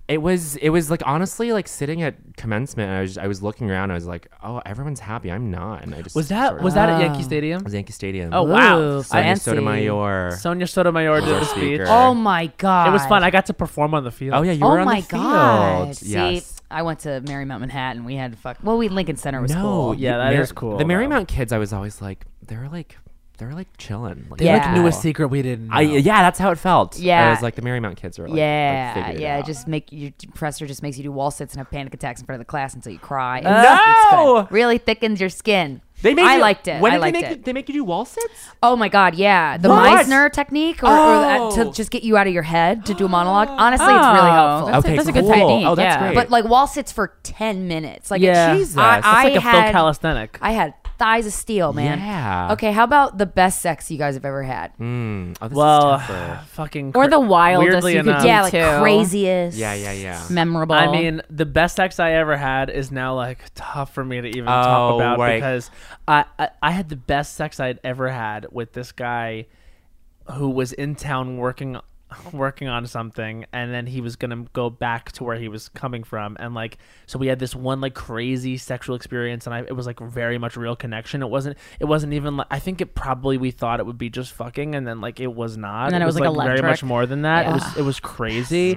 It was it was like honestly like sitting at commencement and I was I was looking around and I was like, "Oh, everyone's happy. I'm not." And I just Was that sort of- was that at Yankee Stadium? It was Yankee Stadium. Oh, wow. Ooh, Sonia fancy. Sotomayor. Sonia Sotomayor did the Our speech. speaker. Oh my god! It was fun. I got to perform on the field. oh yeah, you oh were on my the field. god! Yes. See, I went to Marymount, Manhattan. We had fuck. Well, we Lincoln Center was No, cool. Yeah, that that is is cool, The though. Marymount kids, I was always like, they're like, they're like chilling. Like, They, like, they're knew a cool. secret we didn't. I yeah, that's how it felt. Yeah. I was like, the Marymount kids are like, like, yeah, figured it yeah. out. It just make your professor just makes you do wall sits and have panic attacks in front of the class until you cry. It's- No! it's good. really thickens your skin. They made I you- liked it. When I did liked they make it. You, they make you do wall sits? Oh my god, yeah, the What? Meisner technique, or, or that- to Oh. just get you out of your head to do a monologue. Honestly, it's really Oh, helpful. That's, Okay, a, that's a good cool. technique. Oh, that's yeah. great. But like wall sits for ten minutes. Like Yeah. Jesus, Jesus. I, That's I That's like a had full calisthenic. I had thighs of steel, man. Yeah. Okay, how about the best sex you guys have ever had? Hmm. Mm. Oh, this well, is tougher. fucking Or cra- the wildest weirdly you could enough, Me yeah, like too. craziest. Yeah, yeah, yeah. memorable. I mean, the best sex I ever had is now like tough for me to even Oh, talk about right. because I, I I had the best sex I'd ever had with this guy who was in town working working on something and then he was gonna go back to where he was coming from and like so we had this one like crazy sexual experience and I, it was like very much real connection it wasn't it wasn't even like i think it probably we thought it would be just fucking and then like it was not And then it was, like, very much electric. more than that it Yeah. was it was crazy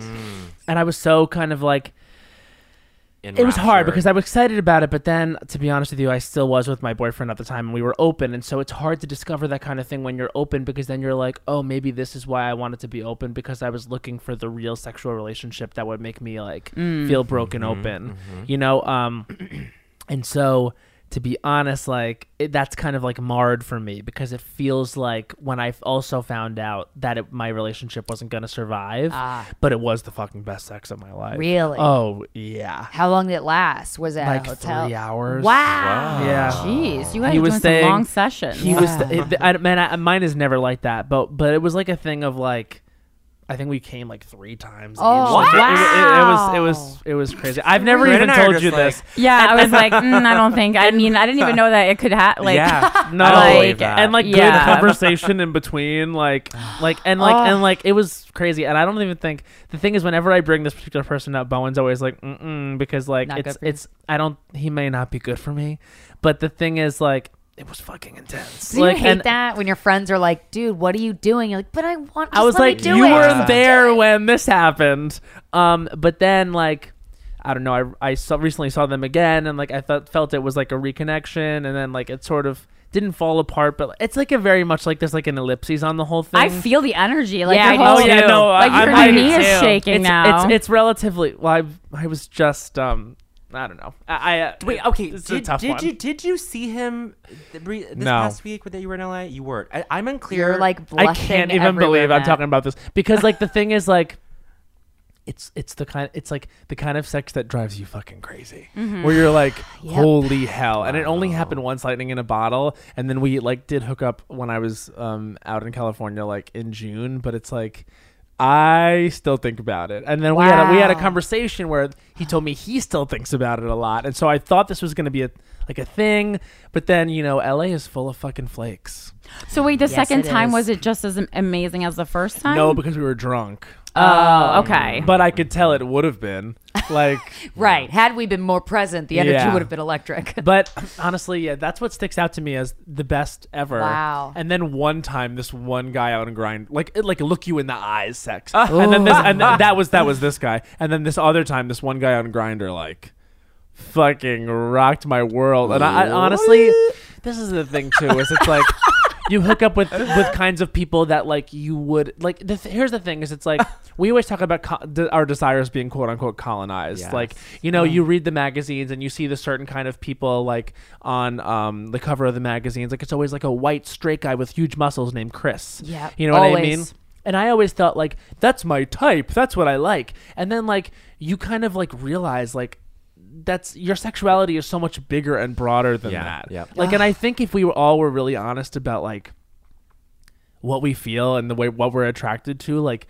and i was so kind of like In it was hard Rapture. because I was excited about it, but then to be honest with you, I still was with my boyfriend at the time and we were open. And so it's hard to discover that kind of thing when you're open because then you're like, oh, maybe this is why I wanted to be open because I was looking for the real sexual relationship that would make me like Mm. feel broken open, you know? Um, and so to be honest, like it, that's kind of like marred for me because it feels like when I also found out that it, my relationship wasn't going to survive, Ah. but it was the fucking best sex of my life. Really? Oh, yeah. How long did it last? Was it at Like a hotel? three hours. Wow. Yeah. jeez, you guys He are was doing saying- some long sessions. He was, it, I, man, I, mine is never like that, but but it was like a thing of like, I think we came like three times. Oh, each. Like, it- It, it, it wow. was it was it was crazy. I've never Brandon even and I are told just you like- this. yeah, I was like, mm, I don't think. I mean, I didn't even know that it could happen. Like, yeah. No, I don't believe Like, that. and like Yeah. good conversation in between, like like and like and like it was crazy. And I don't even think the thing is, whenever I bring this particular person up, Bowen's always like, mm mm, because like Not it's good for you. it's I don't he may not be good for me, but the thing is like it was fucking intense. Do you like hate and that when your friends are like, "Dude, what are you doing?" You're like, "But I want." Just I was let me like, do you it. weren't Just let me do there it." when this happened. Um, but then like, I don't know. I I saw, recently saw them again, and like I felt felt it was like a reconnection, and then like it sort of didn't fall apart, but it's like a very much like there's like an ellipses on the whole thing. Oh, I feel the energy. Like, Yeah, your I whole- do, too. Oh, like I- your I- I do knee is too. shaking it's, now. It's it's relatively. Well, I I was just um. I don't know. I, I uh, Wait, okay. It's a did tough did one. you did you see him th- re- this No. past week that you were in LA? You weren't. I, I'm unclear. You're like I blushing. can't even everywhere, believe I'm Matt. talking about this because like the thing is like it's it's the kind it's like the kind of sex that drives you fucking crazy Mm-hmm. where you're like holy hell and it only happened once lightning in a bottle and then we like did hook up when I was um out in California like in June but it's like I still think about it and then we had a, we had a Wow. conversation where he told me he still thinks about it a lot and so I thought this was going to be a like a thing but then you know LA is full of fucking flakes so wait, the Yes, second it time is. was it just as am- amazing as the first time? no because we were drunk Oh, okay. Um, But I could tell it would have been like. Right. Had we been more present, the energy Yeah. would have been electric. But honestly, yeah, that's what sticks out to me as the best ever. Wow. And then one time, this one guy out on grind, like it- like look you in the eyes, sex. and then this, and th- that was that was this guy. And then this other time, this one guy on grinder, like fucking rocked my world. And I, I honestly, this is the thing too, is it's like. You hook up with with kinds of people that like you would like. The th- here's the thing: is it's like we always talk about co- de- our desires being quote unquote colonized. Yes. Like you know, you read the magazines and you see the certain kind of people like on um, the cover of the magazines. Like it's always like a white straight guy with huge muscles named Chris. Yeah, you know what I always. mean. And I always thought like that's my type. That's what I like. And then like you kind of like realize like that's your sexuality is so much bigger and broader than Yeah, that. yeah. Like, and I think if we were all were really honest about like what we feel and the way what we're attracted to, like.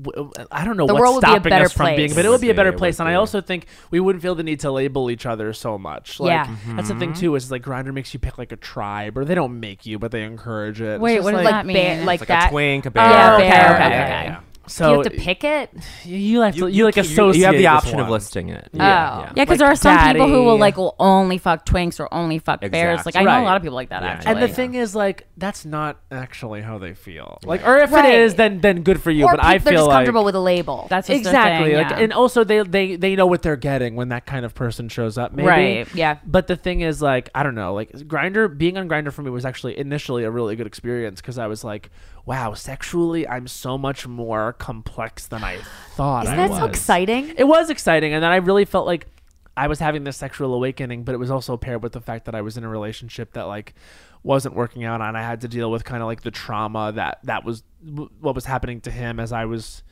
w- I don't know The what's world would be a stopping better us from being, place. but it would be a Would better be, would place. And I be. also think we wouldn't feel the need to label each other so much. Like, Yeah. Mm-hmm. that's the thing too. Is like Grinder makes you pick like a tribe, or they don't make you, but they encourage it. It's Wait, just what does like, that mean? ba- like It's like that. a twink, a bear. Yeah, Oh, okay, bear. okay, Yeah, okay. yeah, yeah. Do you So have to pick it? you, you have to you, like you, associate. you have the with option of one. listing it. Oh. Yeah, because Like, there are some people who will daddy. like will only fuck twinks or only fuck bears. Like Exactly. I know Right. a lot of people like that Yeah. actually. And the thing is, like, that's not actually how they feel. Like, or if Right. it is, then then good for you. or but I people- they're feel just like comfortable with a label. that's just their exactly thing, like, yeah. and also they they they know what they're getting when that kind of person shows up. Maybe. Right. yeah. But the thing is, like, I don't know, like, grinder being on grinder for me was actually initially a really good experience because I was like, wow, sexually, I'm so much more complex than I thought. Isn't I that so was. exciting? It was exciting, and then I really felt like I was having this sexual awakening, but it was also paired with the fact that I was in a relationship that like wasn't working out, and I had to deal with kind of like the trauma that that was w- what was happening to him as I was.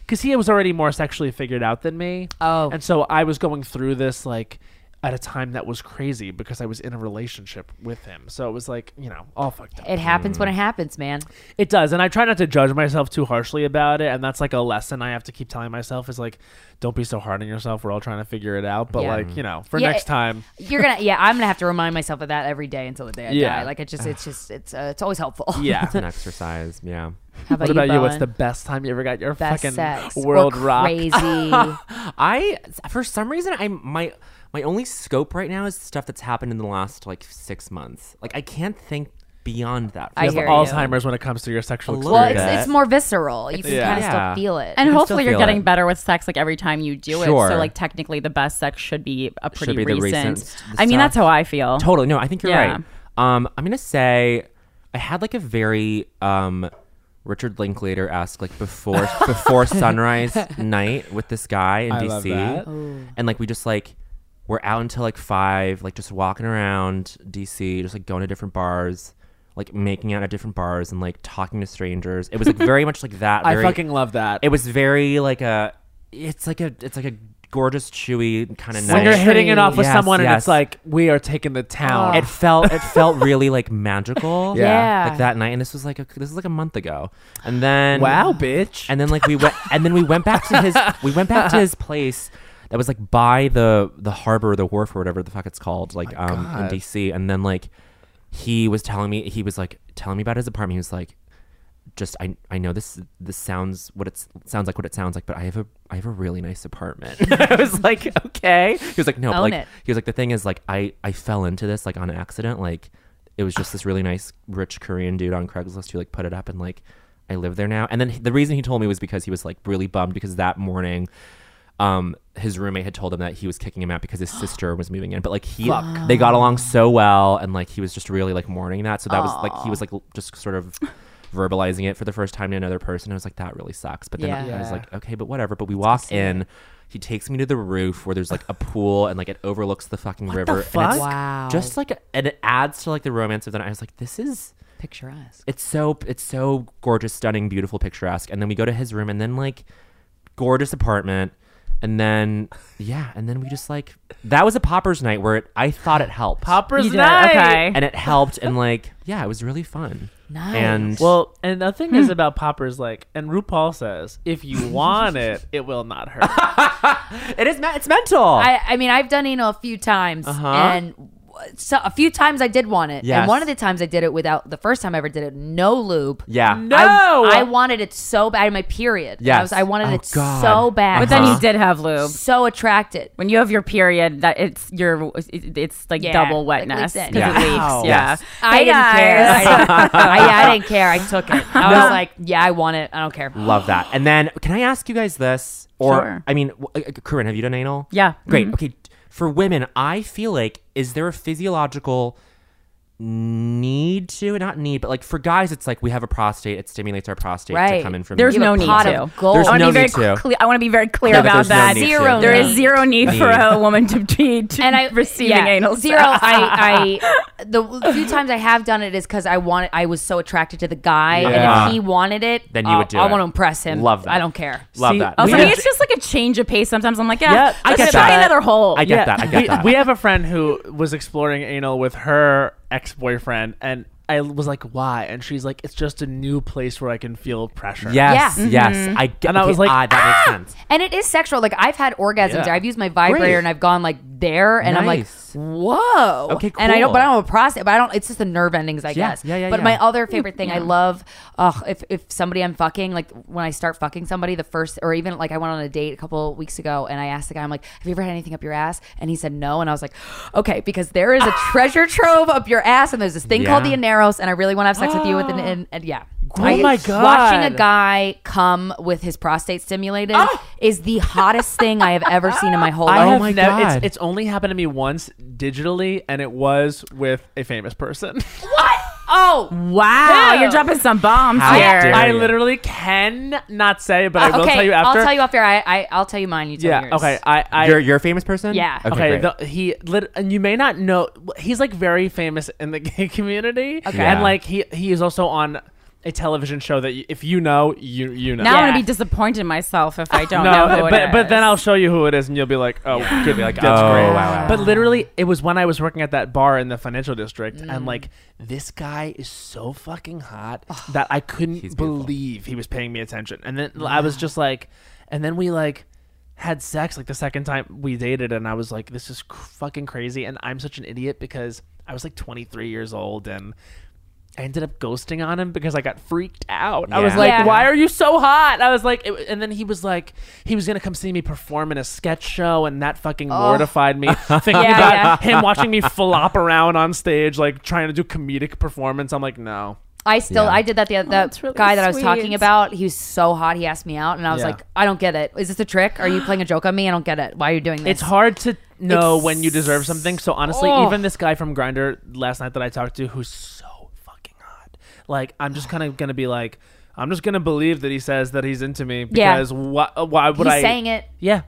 Because he was already more sexually figured out than me. Oh. And so I was going through this like at a time that was crazy because I was in a relationship with him. So it was like, you know, all fucked up. It Mm. happens when it happens, man. It does, and I try not to judge myself too harshly about it, and that's like a lesson I have to keep telling myself is like, don't be so hard on yourself. We're all trying to figure it out, but Yeah. like you know, for Yeah, next it- time, You're gonna, yeah. I'm gonna have to remind myself of that every day until the day I Yeah. die. Like it just, it's just, it's, uh, it's always helpful. yeah. It's an exercise. Yeah. How about what about you? What's Bowen? the best time you ever got your best fucking sex? world Or rock? Crazy. I for some reason I my my only scope right now is stuff that's happened in the last like six months. Like I can't think beyond that. I For hear some- you. Alzheimer's when it comes to your sexual A experience. little well, it's, that. it's more visceral. You can Yeah. kind of Yeah. still feel it. and You can still hopefully you're feel getting it. better with sex like every time you do it. So Sure. like technically the best sex should be a pretty be the recent. recent I mean that's stuff. how I feel. Totally. No, I think you're Yeah. right. Um, I'm gonna say I had like a very um Richard Linklater esque like before before sunrise night with this guy in I DC, love that. and like we just like we're out until like five, like just walking around DC, just like going to different bars. Like making out at different bars and like talking to strangers. It was like very much like that. I very- fucking love that. It was very like a. It's like a. It's like a gorgeous, chewy kind of. when you're hitting it off with Yes, someone and yes. it's like we are taking the town. It felt it felt really like magical. Oh, Yeah. Yeah. Like that night, and this was like a, this was like a month ago, and then wow, bitch. and then like we went and then we went back to his we went back to his place that was like by the the harbor the wharf or whatever the fuck it's called like um God. in DC, and then like he was telling me he was like telling me about his apartment. He was like. Just I I know this this sounds what it sounds like what it sounds like, but I have a I have a really nice apartment. I was like, okay. He was like, no, but, Own like it. he was like the thing is like i i fell into this like on accident like it was just this really nice rich korean dude on craigslist who like put it up and like i live there now and then he- the reason he told me was because he was like really bummed because that morning um his roommate had told him that he was kicking him out because his sister was moving in but like he they got along so well and like he was just really like mourning that so that was like he was like l- just sort of verbalizing it for the first time to another person i was like that really sucks but then i was Yeah. like okay, but whatever. But we walk in. He takes me to the roof where there's like a pool and like it overlooks the fucking the river. And fuck? it's wow. just like, and it adds to like the romance of the night. I was like, this is, picturesque. it's so, it's so gorgeous, stunning, beautiful, picturesque. And then we go to his room and then like gorgeous apartment. And then, yeah. And then we just like, that was a popper's night where it, I thought it helped. Poppers You did, night. okay. And it helped. And like, yeah, it was really fun. Nice. And Well, and the thing Hmm. is about poppers, like, and RuPaul says, if you want it, it will not hurt. it is, me- it's mental. Uh-huh. I, I mean, I've done anal a few times, and so, a few times I did want it, Yes. and one of the times I did it without the first time I ever did it, no lube. Yeah. No. I, I wanted it so bad. I had My period. Yes. I, was, I wanted Oh, it God. Uh-huh. so bad. But then you did have lube. so attracted. When you have your period, that it's your it- it's like Yeah, double like wetness leaks in. because Yeah. it leaks. Wow. Yeah, Yes. I Hey, didn't guys. care. I, I- yeah, I didn't care. I took it. I was like, yeah, I want it. I don't care. Love that. And then, can I ask you guys this? Or, Sure. I mean, w- uh, Corinne, have you done anal? Yeah. Mm-hmm. Great. Okay. For women, I feel like, is there a physiological need to, not need, but like for guys, it's like we have a prostate, it stimulates our prostate to Right. come in from There's You no have a need pot to. of gold. There's I want no to be very need to. cle- I want to be very clear Yeah, but about there's no that. need Zero to. There is need. zero need for a woman to be to And I receiving yeah, anal zero. sex. I, I the few times I have done it is because I wanted. I was so attracted to the guy, Yeah. and if he wanted it, Then you uh, would do I it. want to impress him. Love that. I don't care. Love See, that. Oh, We for me, have- it's just like a change of pace. Sometimes I'm like, yeah, Yeah, I let's get try that. another hole. I get that. I get we, that. we have a friend who was exploring anal with her ex boyfriend, and I was like, "Why?" And she's like, "It's just a new place where I can feel pressure." Yes, Yeah. yes. Mm-hmm. I get And I okay, was like, ah, that makes sense. And it is sexual. Like I've had orgasms Yeah. there. I've used my vibrator Great. and I've gone like there, and Nice. I'm like, whoa. Okay, And I cool. don't, but I don't have a prostate. But I don't. It's just the nerve endings, I Yeah, guess. yeah, yeah, But yeah. my other favorite thing I love, ugh, if if somebody I'm fucking, like when I start fucking somebody, the first or even like I went on a date a couple weeks ago, and I asked the guy, I'm like, have you ever had anything up your ass? And he said no, and I was like, okay, because there is a treasure trove up your ass, and there's this thing called the Yeah. aneros, and I really want to have sex with you with an, and, and yeah. Oh I- my God. Watching a guy come with his prostate stimulated is the hottest thing I have ever seen in my whole I Oh have life. my nev- God. It's, it's only happened to me once digitally, and it was with a famous person. What? Oh, Wow, Ew. you're dropping some bombs How here. dare I you. literally can not say, but I will okay. Uh, tell you after. I'll tell you off air. I, I I'll tell you mine. You tell yeah. yours. Okay. I. I You're, you're a famous person? Yeah. Okay. Okay, great. the, he lit, and you may not know he's like very famous in the gay community. Okay, Yeah. and like he he is also on a television show that y- if you know, you you know. Now I'm gonna Yeah. be disappointed in myself if I don't no, know who it but but then is. I'll show you who it is, and you'll be like, oh, good, like that's oh, great. wow, wow, wow. But literally, it was when I was working at that bar in the financial district, Mm. and like this guy is so fucking hot that I He's couldn't beautiful. believe he was paying me attention. And then I was just like, and then we like had sex like the second time we dated, and I was like, this is cr- fucking crazy, and I'm such an idiot because I was like 23 years old and. I ended up ghosting on him because I got freaked out. I was Yeah. like, Yeah. "Why are you so hot?" I was like, it, and then he was like, he was gonna come see me perform in a sketch show, and that fucking mortified me. Thinking Yeah, about yeah. him watching me flop around on stage, like trying to do comedic performance. I'm like, no. I still Yeah. I did that the that that's really guy that I was talking sweet. about. He was so hot. He asked me out, and I was Yeah. like, I don't get it. Is this a trick? Are you playing a joke on me? I don't get it. Why are you doing this? It's hard to know It's- when you deserve something. So honestly, Oh. even this guy from Grinder last night that I talked to, who's so fucking hot, like I'm just kind of gonna be like, I'm just gonna believe that he says that he's into me Yeah. because why? Why would He's I? saying it. Yeah.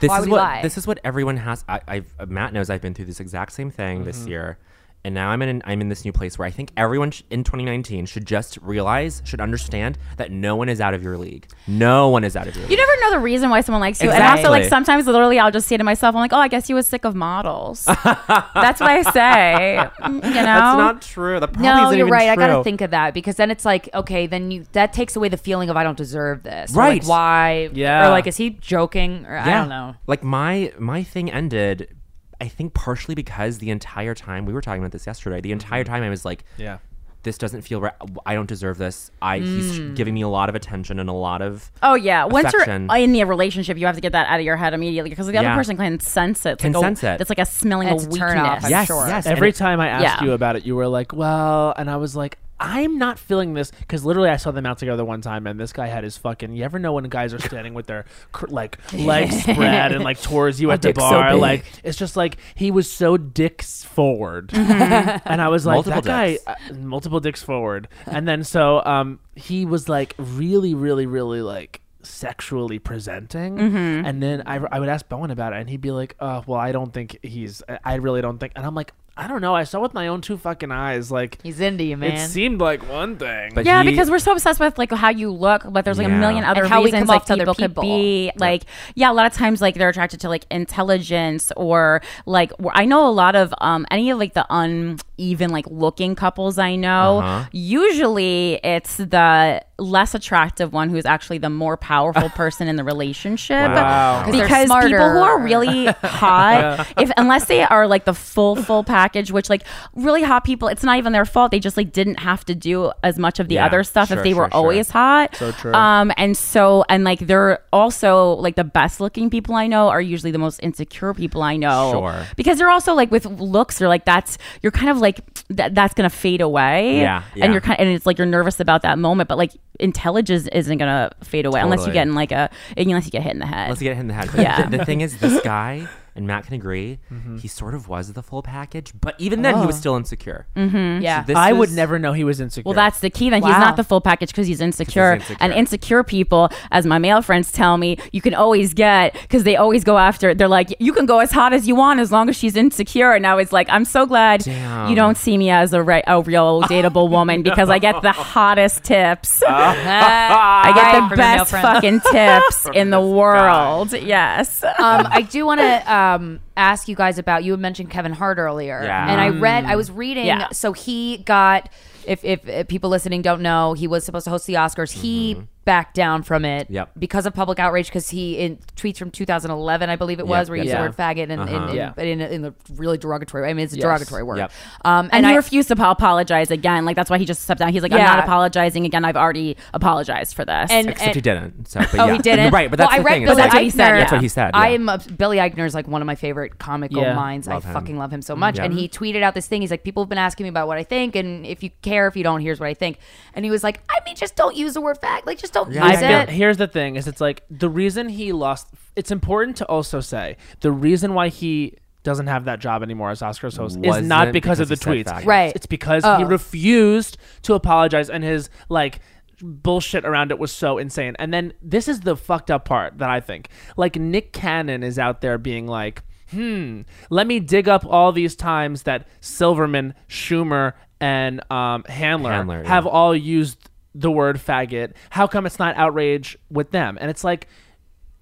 this Why is we what lie. this is what everyone has. I, I've uh, Matt knows I've been through this exact same thing this year, and now I'm in an, I'm in this new place where I think everyone sh- in 2019 should just realize, should understand that no one is out of your league. No one is out of your You league. never know the reason why someone likes you. And also, Exactly. like, sometimes literally I'll just say to myself, I'm like, oh, I guess you was sick of models. That's what I say. Mm, You know? Oh. That's not true. That probably No, isn't you're even right. I gotta true. think of that because then it's like, okay, then you that takes away the feeling of I don't deserve this. Or, Right. Like, why? Yeah. Or like, is he joking? Or I don't know. Like my my thing ended, I think partially because the entire time we were talking about this yesterday. The entire time I was like, Yeah. this doesn't feel right. I don't deserve this. I Mm. he's giving me a lot of attention and a lot of Oh yeah. Once affection. you're in the relationship, you have to get that out of your head immediately because the other Yeah. person can sense it. It's Can like a- sense it. It's like a smelling It's a a weakness. turn off, I'm yes, sure. yes. and Every it- time I asked yeah. you about it, you were like, "Well," and I was like, "I'm not feeling this," because literally I saw them out together one time, and this guy had his fucking. You ever know when guys are standing with their cr- like legs spread and like towards you at the dick's so bar? big. like it's just like he was so dicks forward, and I was like, Multiple "That dicks. guy, uh, multiple dicks forward." And then so um he was like really, really, really like sexually presenting and then I, I would ask bowen about it and he'd be like oh well i don't think he's I- i really don't think and i'm like i don't know i saw with my own two fucking eyes like He's into you, man. it seemed like one thing But Yeah, he- because we're so obsessed with like how you look, but there's like Yeah. a million other And how we reasons come like off to other people, people. could be like yeah, a lot of times like they're attracted to like intelligence or like wh- I know a lot of um any of like the uneven like looking couples I know, Uh-huh. usually it's the less attractive one who's actually the more powerful person in the relationship Wow. 'Cause they're because people who are smarter. really hot if unless they are like the full full package which like really hot people it's not even their fault they just like didn't have to do as much of the Yeah, other stuff sure, if they sure, were sure. always hot so true. um and so and like they're also like the best looking people i know are usually the most insecure people i know Sure. because they're also like with looks they're like that's you're kind of like that, that's gonna fade away Yeah, yeah. and you're kind and it's like you're nervous about that moment but like intelligence isn't gonna fade away unless you Totally. get in like a unless you get hit in the head Let's get hit in the head. But Yeah. The, the thing is, this guy, and Matt can agree, Mm-hmm. he sort of was the full package, but even then, he was still insecure. Yeah. This Oh. Mm-hmm. I would is- never know he was insecure. Well, that's the key. Then he's Wow. not the full package because he's insecure. insecure. And insecure people, as my male friends tell me, you can always get because they always go after. They're like, you can go as hot as you want as long as she's insecure. And I was like, I'm so glad Damn. you don't see me as a, re- a real dateable woman because I get the hottest tips. I get the best fucking tips in the world. Yes. um, I do want to um, ask you guys about you had mentioned Kevin Hart earlier, Yeah. Mm. and I read, I was reading. Yeah. So he got, if, if if people listening don't know, he was supposed to host the Oscars. He backed down from it Mm-hmm. Yep. because of public outrage. Because he in tweets from 2011, I believe it was, where he yep, Uh-huh. used the yeah. word faggot and in, in, Yeah. in, in a really derogatory. way. I mean, it's a derogatory word. Yep. Um, And, I he refused to apologize again. Like that's why he just stepped down. He's like, I'm Yeah. not apologizing again. I've already apologized for this. and, Except he and- didn't. So, but Oh, yeah. he didn't. Right, but that's well, the I read thing. is Billy that- that's what he said, Eichner. That's what he said, yeah. I am obs- Billy Eichner is like one of my favorite comical Yeah. minds. Love I him. fucking love him so much. Yeah. And he tweeted out this thing. He's like, people have been asking me about what I think, and if you care, if you don't, here's what I think. And he was like, I mean, just don't use the word fag. Like, just don't Yeah, use yeah, yeah. I it. feel, here's the thing is it's like the reason he lost it's important to also say the reason why he doesn't have that job anymore as Oscars host is Wasn't not because, of the because he tweets. said faggots. Right. It's because he Oh. refused to apologize and his like bullshit around it was so insane. And then this is the fucked up part that I think. Like Nick Cannon is out there being like, "Hmm, let me dig up all these times that Silverman, Schumer, and um, Handler, Handler, yeah. have all used the word faggot. How come it's not outrage with them? And it's like,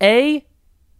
A,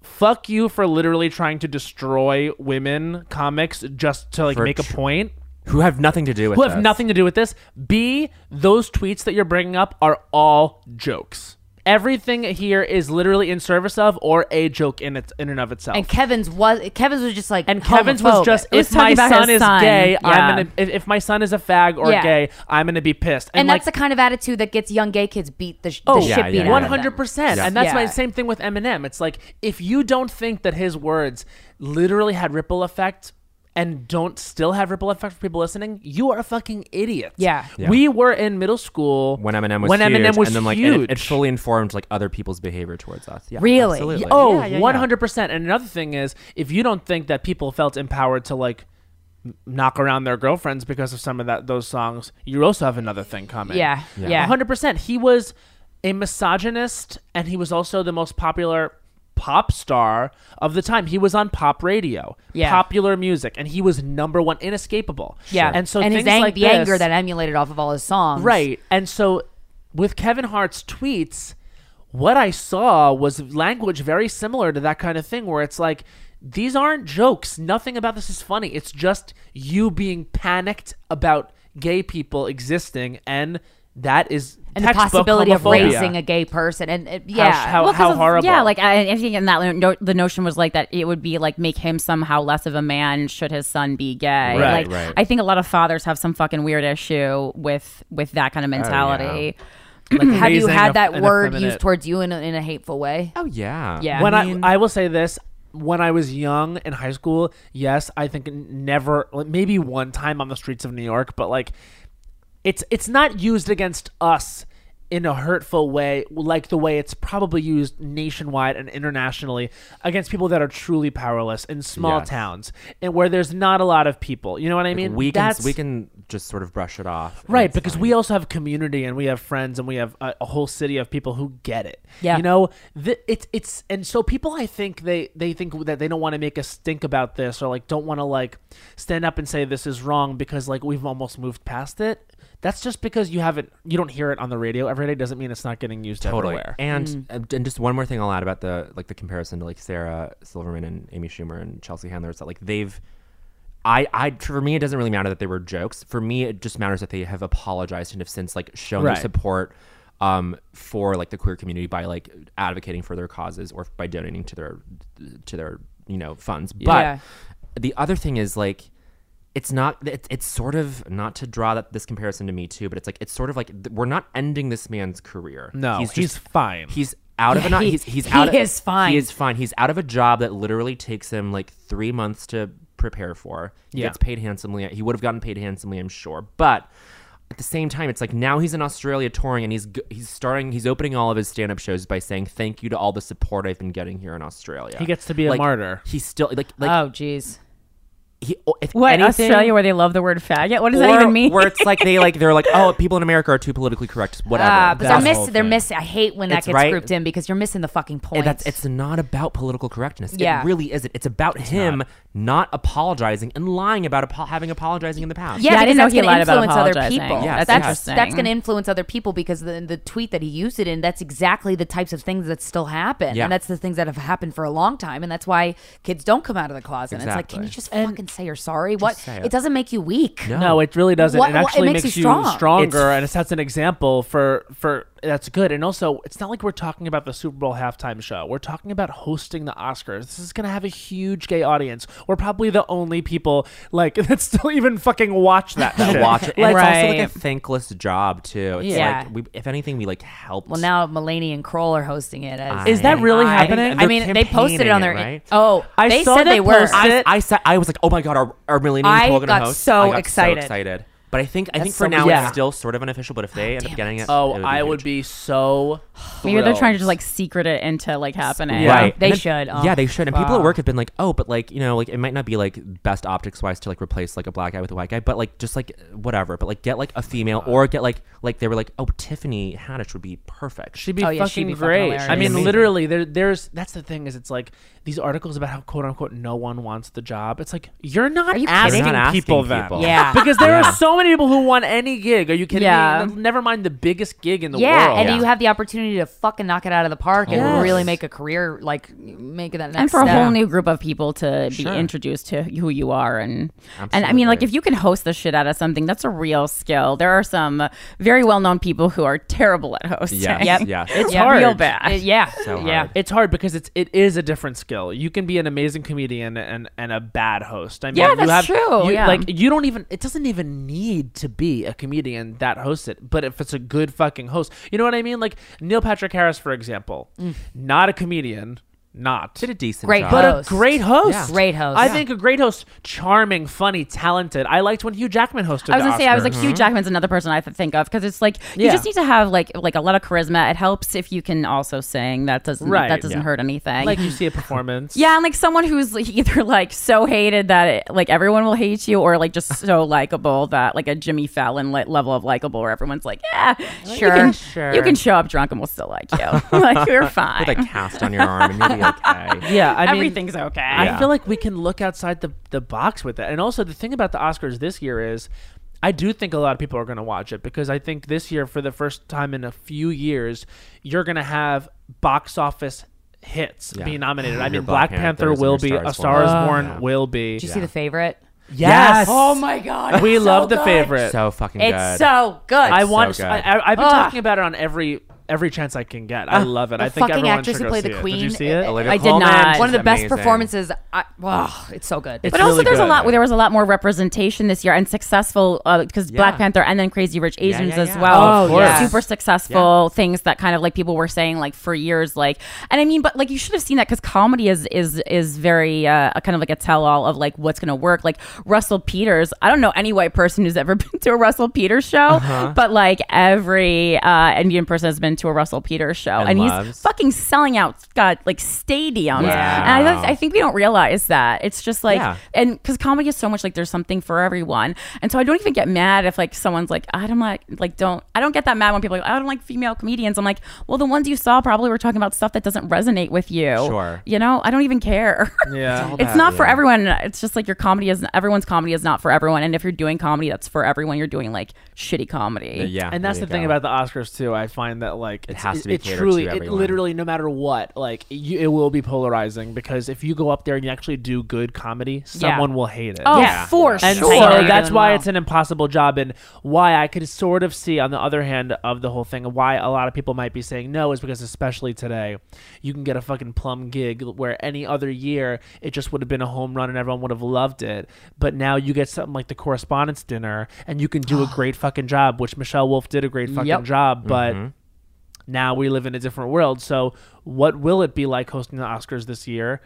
fuck you for literally trying to destroy women comics just to like For make a tr- point Who have nothing to do with who have this. nothing to do with this. B, those tweets that you're bringing up are all jokes. Everything here is literally in service of or a joke in its in and of itself. And Kevin's was Kevin's was just like And Kevin's was homophobic. just It was if talking my about son his is son. gay, Yeah. I'm gonna if, if my son is a fag or Yeah. gay, I'm gonna be pissed. and, that's like, the kind of attitude that gets young gay kids beat the, sh- the Oh, yeah, shit yeah, beat yeah. out One of them. hundred percent, and that's my Yeah. same thing with Eminem. It's like if you don't think that his words literally had ripple effect and don't still have ripple effect for people listening, you are a fucking idiot. Yeah. Yeah. we were in middle school When Eminem was when huge, Eminem was and then like huge. It, it fully informed like other people's behavior towards us. Yeah, Really? absolutely. Oh, Yeah, yeah, yeah. 100%. And another thing is, if you don't think that people felt empowered to like m- knock around their girlfriends because of some of that those songs, you also have another thing coming. Yeah, Yeah. yeah. 100%. He was a misogynist and he was also the most popular pop star of the time. He was on pop radio, Yeah. popular music, and he was number 1 inescapable. Yeah, And so and things his ang- like the this, anger that emulated off of all his songs. Right. And so with Kevin Hart's tweets, what I saw was language very similar to that kind of thing where it's like, these aren't jokes. Nothing about this is funny. It's just you being panicked about gay people existing and that is And the possibility of raising a a gay person, and it, yeah, how, 'cause how of- horrible. Yeah, like I, I think in that no, the notion was like that it would be like make him somehow less of a man should his son be gay. Right, like right. I think a lot of fathers have some fucking weird issue with with that kind of mentality. have you had that word used used towards you in a, in a hateful way? Oh yeah. Yeah. when I, mean- I will say this when I was young in high school, yes, I think never like, maybe one time on the streets of New York, but like it's it's not used against us in a hurtful way like the way it's probably used nationwide and internationally against people that are truly powerless in small Yes. towns and where there's not a lot of people. You know what I mean? we can That's- we can just sort of brush it off. and Right, it's because fine. we also have community and we have friends and we have a, a whole city of people who get it. Yeah. you know, th- it's it's and so people I think they they think that they don't want to make us think about this or like don't want to like stand up and say this is wrong because like we've almost moved past it. That's just because you haven't you don't hear it on the radio every day doesn't mean it's not getting used totally everywhere. and uh, and just one more thing i'll add about the like the comparison to like sarah silverman and amy schumer and chelsea handler is that like they've I, I for me it doesn't really matter that they were jokes for me it just matters that they have apologized and have since like shown Right. their support um, for like the queer community by like advocating for their causes or by donating to their to their you know funds. But Yeah. the other thing is like it's not it, it's sort of not to draw that this comparison to me too but it's like it's sort of like th- we're not ending this man's career No, he's fine. he's out of a Yeah, he- he's he's he out of, is fine. he is fine he's out of a job that literally takes him like three months to prepare for he Yeah. gets paid handsomely he would have gotten paid handsomely i'm sure but at the same time it's like now he's in australia touring and he's g- he's starting he's opening all of his stand-up shows by saying thank you to all the support i've been getting here in australia He gets to be a Like, martyr. he's still like like oh, jeez. he, oh, if Uh, What anything, Australia, where they love the word faggot? What does or that even mean? where it's like they like they're like oh people in America are too politically correct whatever. Ah, but they're That's- whole missing. They're thing. missing. I hate when It's that gets right- grouped in because you're missing the fucking point. and that's it's not about political correctness. Yeah. It really isn't. It's about him not. apologizing and lying about apo- having apologizing in the past. yeah, Yeah, I because didn't know that's he gonna lied about influence other apologizing. people. Yes, that's interesting. that's going to influence other people because the the tweet that he used it in, that's exactly the types of things that still happen, Yeah. and that's the things that have happened for a long time, and that's why kids don't come out of the closet. It's like, can Exactly. you just fucking say you're sorry? What? say It. it. doesn't make you weak. No, it really doesn't. Wha- it wha- it actually makes makes, you you strong. stronger, It's- and it sets an example for for that's good. And also, it's not like we're talking about the Super Bowl halftime show. We're talking about hosting the Oscars. This is going to have a huge gay audience. We're probably the only people like that still even fucking watch that. That shit. watch it. And it's also Right. like a thankless job too. It's Yeah. like we, if anything, we like helped. Well, now Mulaney and Kroll are hosting it. As Is that really I- happening? I mean, They're they posted it on their. campaigning it, right? Oh, I they saw said that they were. post. I, Sit. I said I was like, oh my god, our our millionaire I people are gonna got host. so I got excited. so excited. But I think I think for so now weird. Yeah. it's still sort of unofficial. But if they end up getting it, Oh, it I huge. would be so. Maybe they're trying to thrilled. just like secret it into like happening. Yeah. Right. They And then- should. Oh, yeah, they should. And people at fuck. work have been like, oh, but like, you know, like it might not be like best optics wise to like replace like a black guy with a white guy, but like just like whatever. But like get like a female or get like, like they were like, oh, Tiffany Haddish would be perfect. She'd be Oh, yeah, fucking she'd be fucking great. hilarious. I mean, Amazing. literally, there, there's that's the thing is it's like these articles about how quote unquote no one wants the job. It's like you're not Are you asking, kidding? They're not asking people that. people. Yeah. because there are so many people who want any gig. Are you kidding Yeah. me? Never mind the biggest gig in the yeah, world. and you have the opportunity to fucking knock it out of the park and Yes. really make a career, like make that next and for a step. whole new group of people to Sure. be introduced to who you are and and I mean like Absolutely. if you can host the shit out of something that's a real skill there are some very well known people who are terrible at hosting Yes. Yep. Yes. it's Yeah. real hard. bad Uh, yeah, So yeah. hard. It's hard because it's it is a different skill. You can be an amazing comedian and, and a bad host. I mean, Yeah, you that's have, true, you- yeah. Like you don't even it doesn't even need to be a comedian that hosts it. But if it's a good fucking host, you know what I mean? Like Neil Patrick Harris, for example, Mm. not a comedian, not Did a decent Great job. host. but a great host. Yeah. Great host. I Yeah. think a great host, charming, funny, talented. I liked when Hugh Jackman hosted. I was gonna the say I was like Oscars. Hugh Jackman's another person I th- think of because it's like you Yeah. just need to have like like a lot of charisma. It helps if you can also sing. That doesn't Right, that doesn't yeah. hurt anything. like you see a performance. yeah, and like someone who's like, either like so hated that it, like everyone will hate you, or like just so likable that like a Jimmy Fallon like, level of likable, where everyone's like, yeah, Sure, you can, sure. you can show up drunk and we'll still like you, like you're fine, With a cast on your arm and you'll be okay. yeah. I mean, everything's okay. I feel like we can look outside the, the box with it. And also, the thing about the Oscars this year is I do think a lot of people are going to watch it because I think this year, for the first time in a few years, you're going to have box office hits Yeah. being nominated. I Your mean, Black Black, Panther Panthers and will your be, Star A is Star is Born. Born Yeah. will be. Did you see the favorite? Yes. Oh my god, We it's love so the good. favorite. So fucking It's good. so good. I so want. good. I, I, I've been Ugh. talking about it on every every chance I can get. I love it. Ah. the I think fucking everyone actress who should go played see the it. queen. uh, Did you see it? Olivia I did not. One of the best Amazing. performances. I, wow, it's so good. It's But also, really there's a good. lot. There was a lot more representation this year and successful because Black Yeah. Panther and then Crazy Rich Asians yeah, as yeah. well. Oh, of were course. super successful things that kind of like people were saying like for years. Like, and I mean, but like you should have seen that because comedy is is is very uh, a kind of like a tell all of like what's going to work. Like Russell Peters. I don't know any white person who's ever been to a Russell Peters show, but like every uh, Indian person has been to a Russell Peters show, and, And he's loves. fucking selling out. God, like stadiums. And I, Wow. I think we don't realize that. It's just like, Yeah. and because comedy is so much like there's something for everyone. And so I don't even get mad if like someone's like, I don't like, like, don't, I don't get that mad when people are like, I don't like female comedians. I'm like, well, the ones you saw probably were talking about stuff that doesn't resonate with you. Sure. You know, I don't even care. Yeah. It's that, not for yeah. everyone. It's just like your comedy is everyone's comedy is not for everyone. And if you're doing comedy, that's for everyone. You're doing like shitty comedy. Yeah. and that's there the you thing go. about the Oscars too. I find that like it's, has to be it catered truly to it everyone. literally no matter what like you, it will be polarizing because if you go up there and you actually do good comedy someone will hate it Oh, Yeah. for and sure. so that's Doing why well. it's an impossible job and why i could sort of see on the other hand of the whole thing why a lot of people might be saying no is because especially today you can get a fucking plum gig where any other year it just would have been a home run and everyone would have loved it but now you get something like the correspondence dinner and you can do a great fucking job which michelle wolf did a great fucking Yep. Mm-hmm. job but now we live in a different world so what will it be like hosting the oscars this year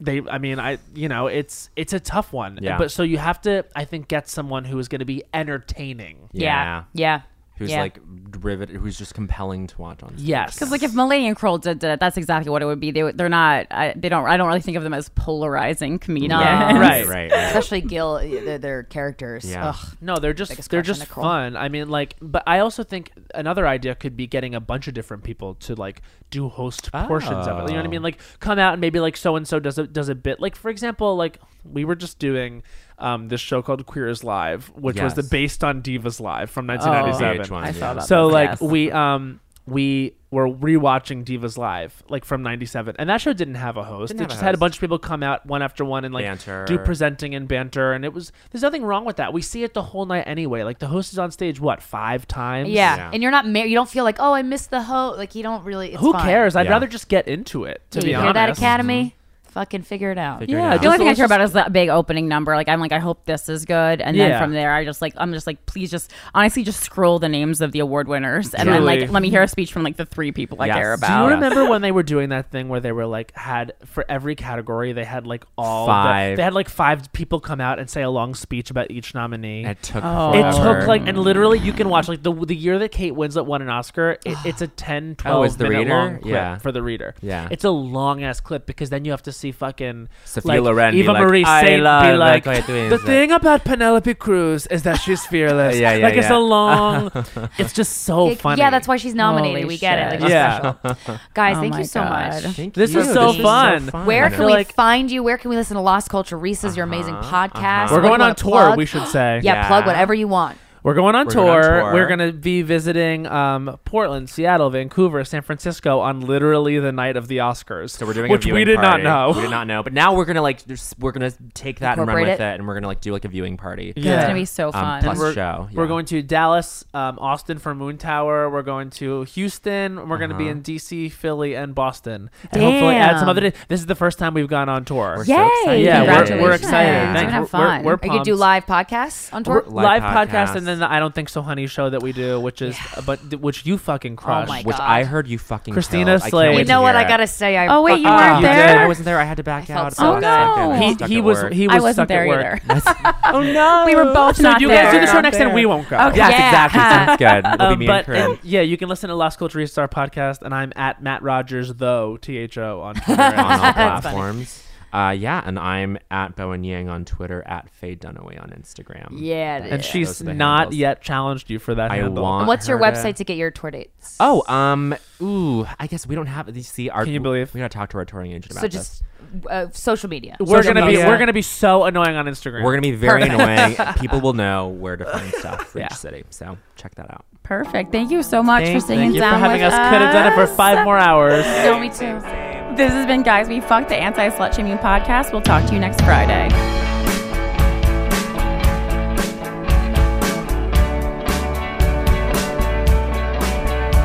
they i mean i you know it's it's a tough one Yeah. but so you have to i think get someone who is going to be entertaining Yeah. Yeah. Yeah. Who's yeah. like riveted? Who's just compelling to watch on? yes Because like if Millennium Kroll did, did it, that's exactly what it would be. They would- they're not. I, they don't. I don't really think of them as polarizing comedians. No. Right. Right. Especially Gil, their, their characters. Yeah. Ugh. no they're just Biggest they're crush on just the crawl. fun i mean like but i also think another idea could be getting a bunch of different people to like do host portions of it you know what i Oh. mean like come out and maybe like so and so does a does a bit like for example like we were just doing um this show called queer is live which was Yes. Oh, the based on divas live from VH1, 1997 I saw that. so Yes. like Yes. we um we were rewatching Divas Live like from '97, and that show didn't have a host. Didn't it have a just had a host. bunch of people come out one after one and like do Banter. presenting and banter, and it was there's nothing wrong with that. We see it the whole night anyway. Like the host is on stage what five times? Yeah. Yeah. and you're not married. You don't feel like, oh, I missed the hoe. Like you don't really. It's who fine. cares? I'd Yeah. rather just get into it. To Yeah, be you honest, Mm-hmm. hear that, Academy? Fucking figure it out. Figure it Yeah, out. The only Just thing I let's care just- about is that big opening number. Like I'm like, I hope this is good, and Yeah. then from there, I just like, I'm just like, please just honestly just scroll the names of the award winners, and then Truly. like, let me hear a speech from like the three people I Yes. care Do Do about. you Yes. remember when they were doing that thing where they were like had for every category they had like all the- Five. they had like five people come out and say a long speech about each nominee. It took. Oh. It forever. took like, and literally, you can watch like the the year that Kate Winslet won an Oscar. It, it's a 10, 12 Oh, it's the minute reader? long clip Yeah. for the reader. Yeah. it's a long ass clip because then you have to see fucking Sophia like, Loren be Eva like, Marie "I Saint be love like, Kate Winslet." the thing about Penelope Cruz is that she's fearless. Yeah, yeah, like it's a yeah. long. it's just so Like, funny. Yeah, that's why she's nominated. Holy we get shit. it. Like, Yeah. yeah. Guys, Oh thank my you so God. much. Thank This you. is so This fun. Where I can feel we like- find you? Where can we listen to Lost Culture? Risa's your amazing Uh-huh, podcast. uh-huh. We're What do going you on wanna tour. plug? We should say. Yeah, Yeah. plug whatever you want. We're going on We're tour. going on tour. We're going to be visiting um, Portland, Seattle, Vancouver, San Francisco on literally the night of the Oscars. So we're doing a which viewing we did not party. know. We did not know, but now we're gonna like just, we're gonna take that and run with Incorporate it. it. and we're gonna like do like a viewing party. Yeah. It's gonna be so Um, fun. plus we're- show. We're yeah. going to Dallas, um, Austin for Moon Tower. We're going to Houston. We're going to be Uh-huh. in DC, Philly, and Boston, and hopefully add some Damn. other. Day. This is the first time we've gone on tour. We're so Yay! excited. Yeah, we're- Congratulations. we're excited. Thanks. We're gonna have We're- we're- fun. we're Are you gonna do pumped. live podcasts on tour? We're- Live live podcast. podcast. and then the I don't think so, honey show that we do, which is but which you fucking Oh crush. my Which God. I heard you fucking Christina killed. I can't Slade. wait You You to know what? hear I it. gotta say, I Oh wait, you Uh, weren't you there. did. I wasn't there. I had to back I out. felt so I was bad. stuck at- I he, stuck he at was work. he was I wasn't stuck there at work. either. oh no, We were both So not you guys there. do the show next, and we won't go. Okay. Yes, Yeah. exactly. Sounds good. It'll be Um, me but and Corinne. uh, yeah, you can listen to Last Culture Star podcast, and I'm at Matt Rogers though T H O on Twitter. and on all Instagram. platforms. Uh, yeah, and I'm at Bowen Yang on Twitter, at Faye Dunaway on Instagram. Yeah, it and is. she's Those are the not handles. yet challenged you for that. I handle. want. What's your her to- website to get your tour dates? Oh, um, ooh, I guess we don't have these. See, our Can you believe? we gotta talk to our touring agent about so this? just uh, social media. We're Social gonna be media. we're gonna be so annoying on Instagram. We're gonna be very Perfect. annoying. People will know where to find stuff for Yeah. each city, so check that out. Perfect. Thank you so much Thank, for singing thank you for down having with us. Could have done it for five more hours. No, me too. This has been guys. We fucked the anti slut shaming podcast. We'll talk to you next Friday.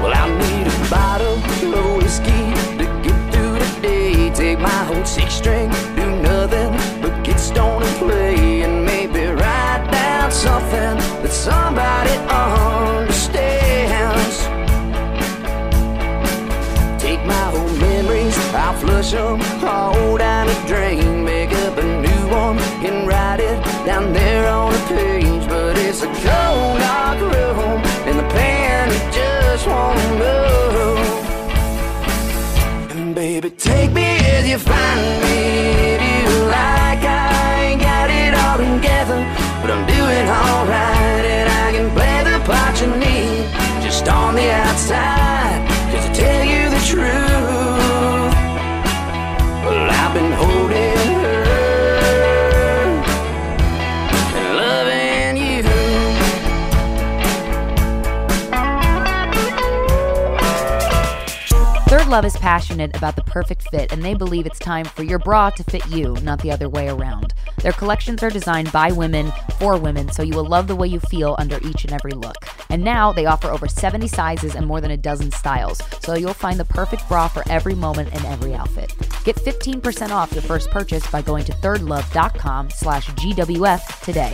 Well, I need a bottle of whiskey to get through the day. Take my whole six string, do nothing but get stoned and play, and maybe write down something that somebody understands. Take my old memories, I'll flush them all down the drain. Make up a new one and write it down there on a page. But it's a cold, dark room, and the panic just won't move. And baby, take me as you find me. If you like, I ain't got it all together, but I'm doing alright, and I can play the part you need just on the outside. Cause to tell you the truth, well, I've been holding her and loving you. Love is passionate about the perfect fit, and they believe it's time for your bra to fit you, not the other way around. Their collections are designed by women for women, so you will love the way you feel under each and every look. And now they offer over 70 sizes and more than a dozen styles, so you'll find the perfect bra for every moment and every outfit. Get 15% off your first purchase by going to thirdlove.com slash GWF today.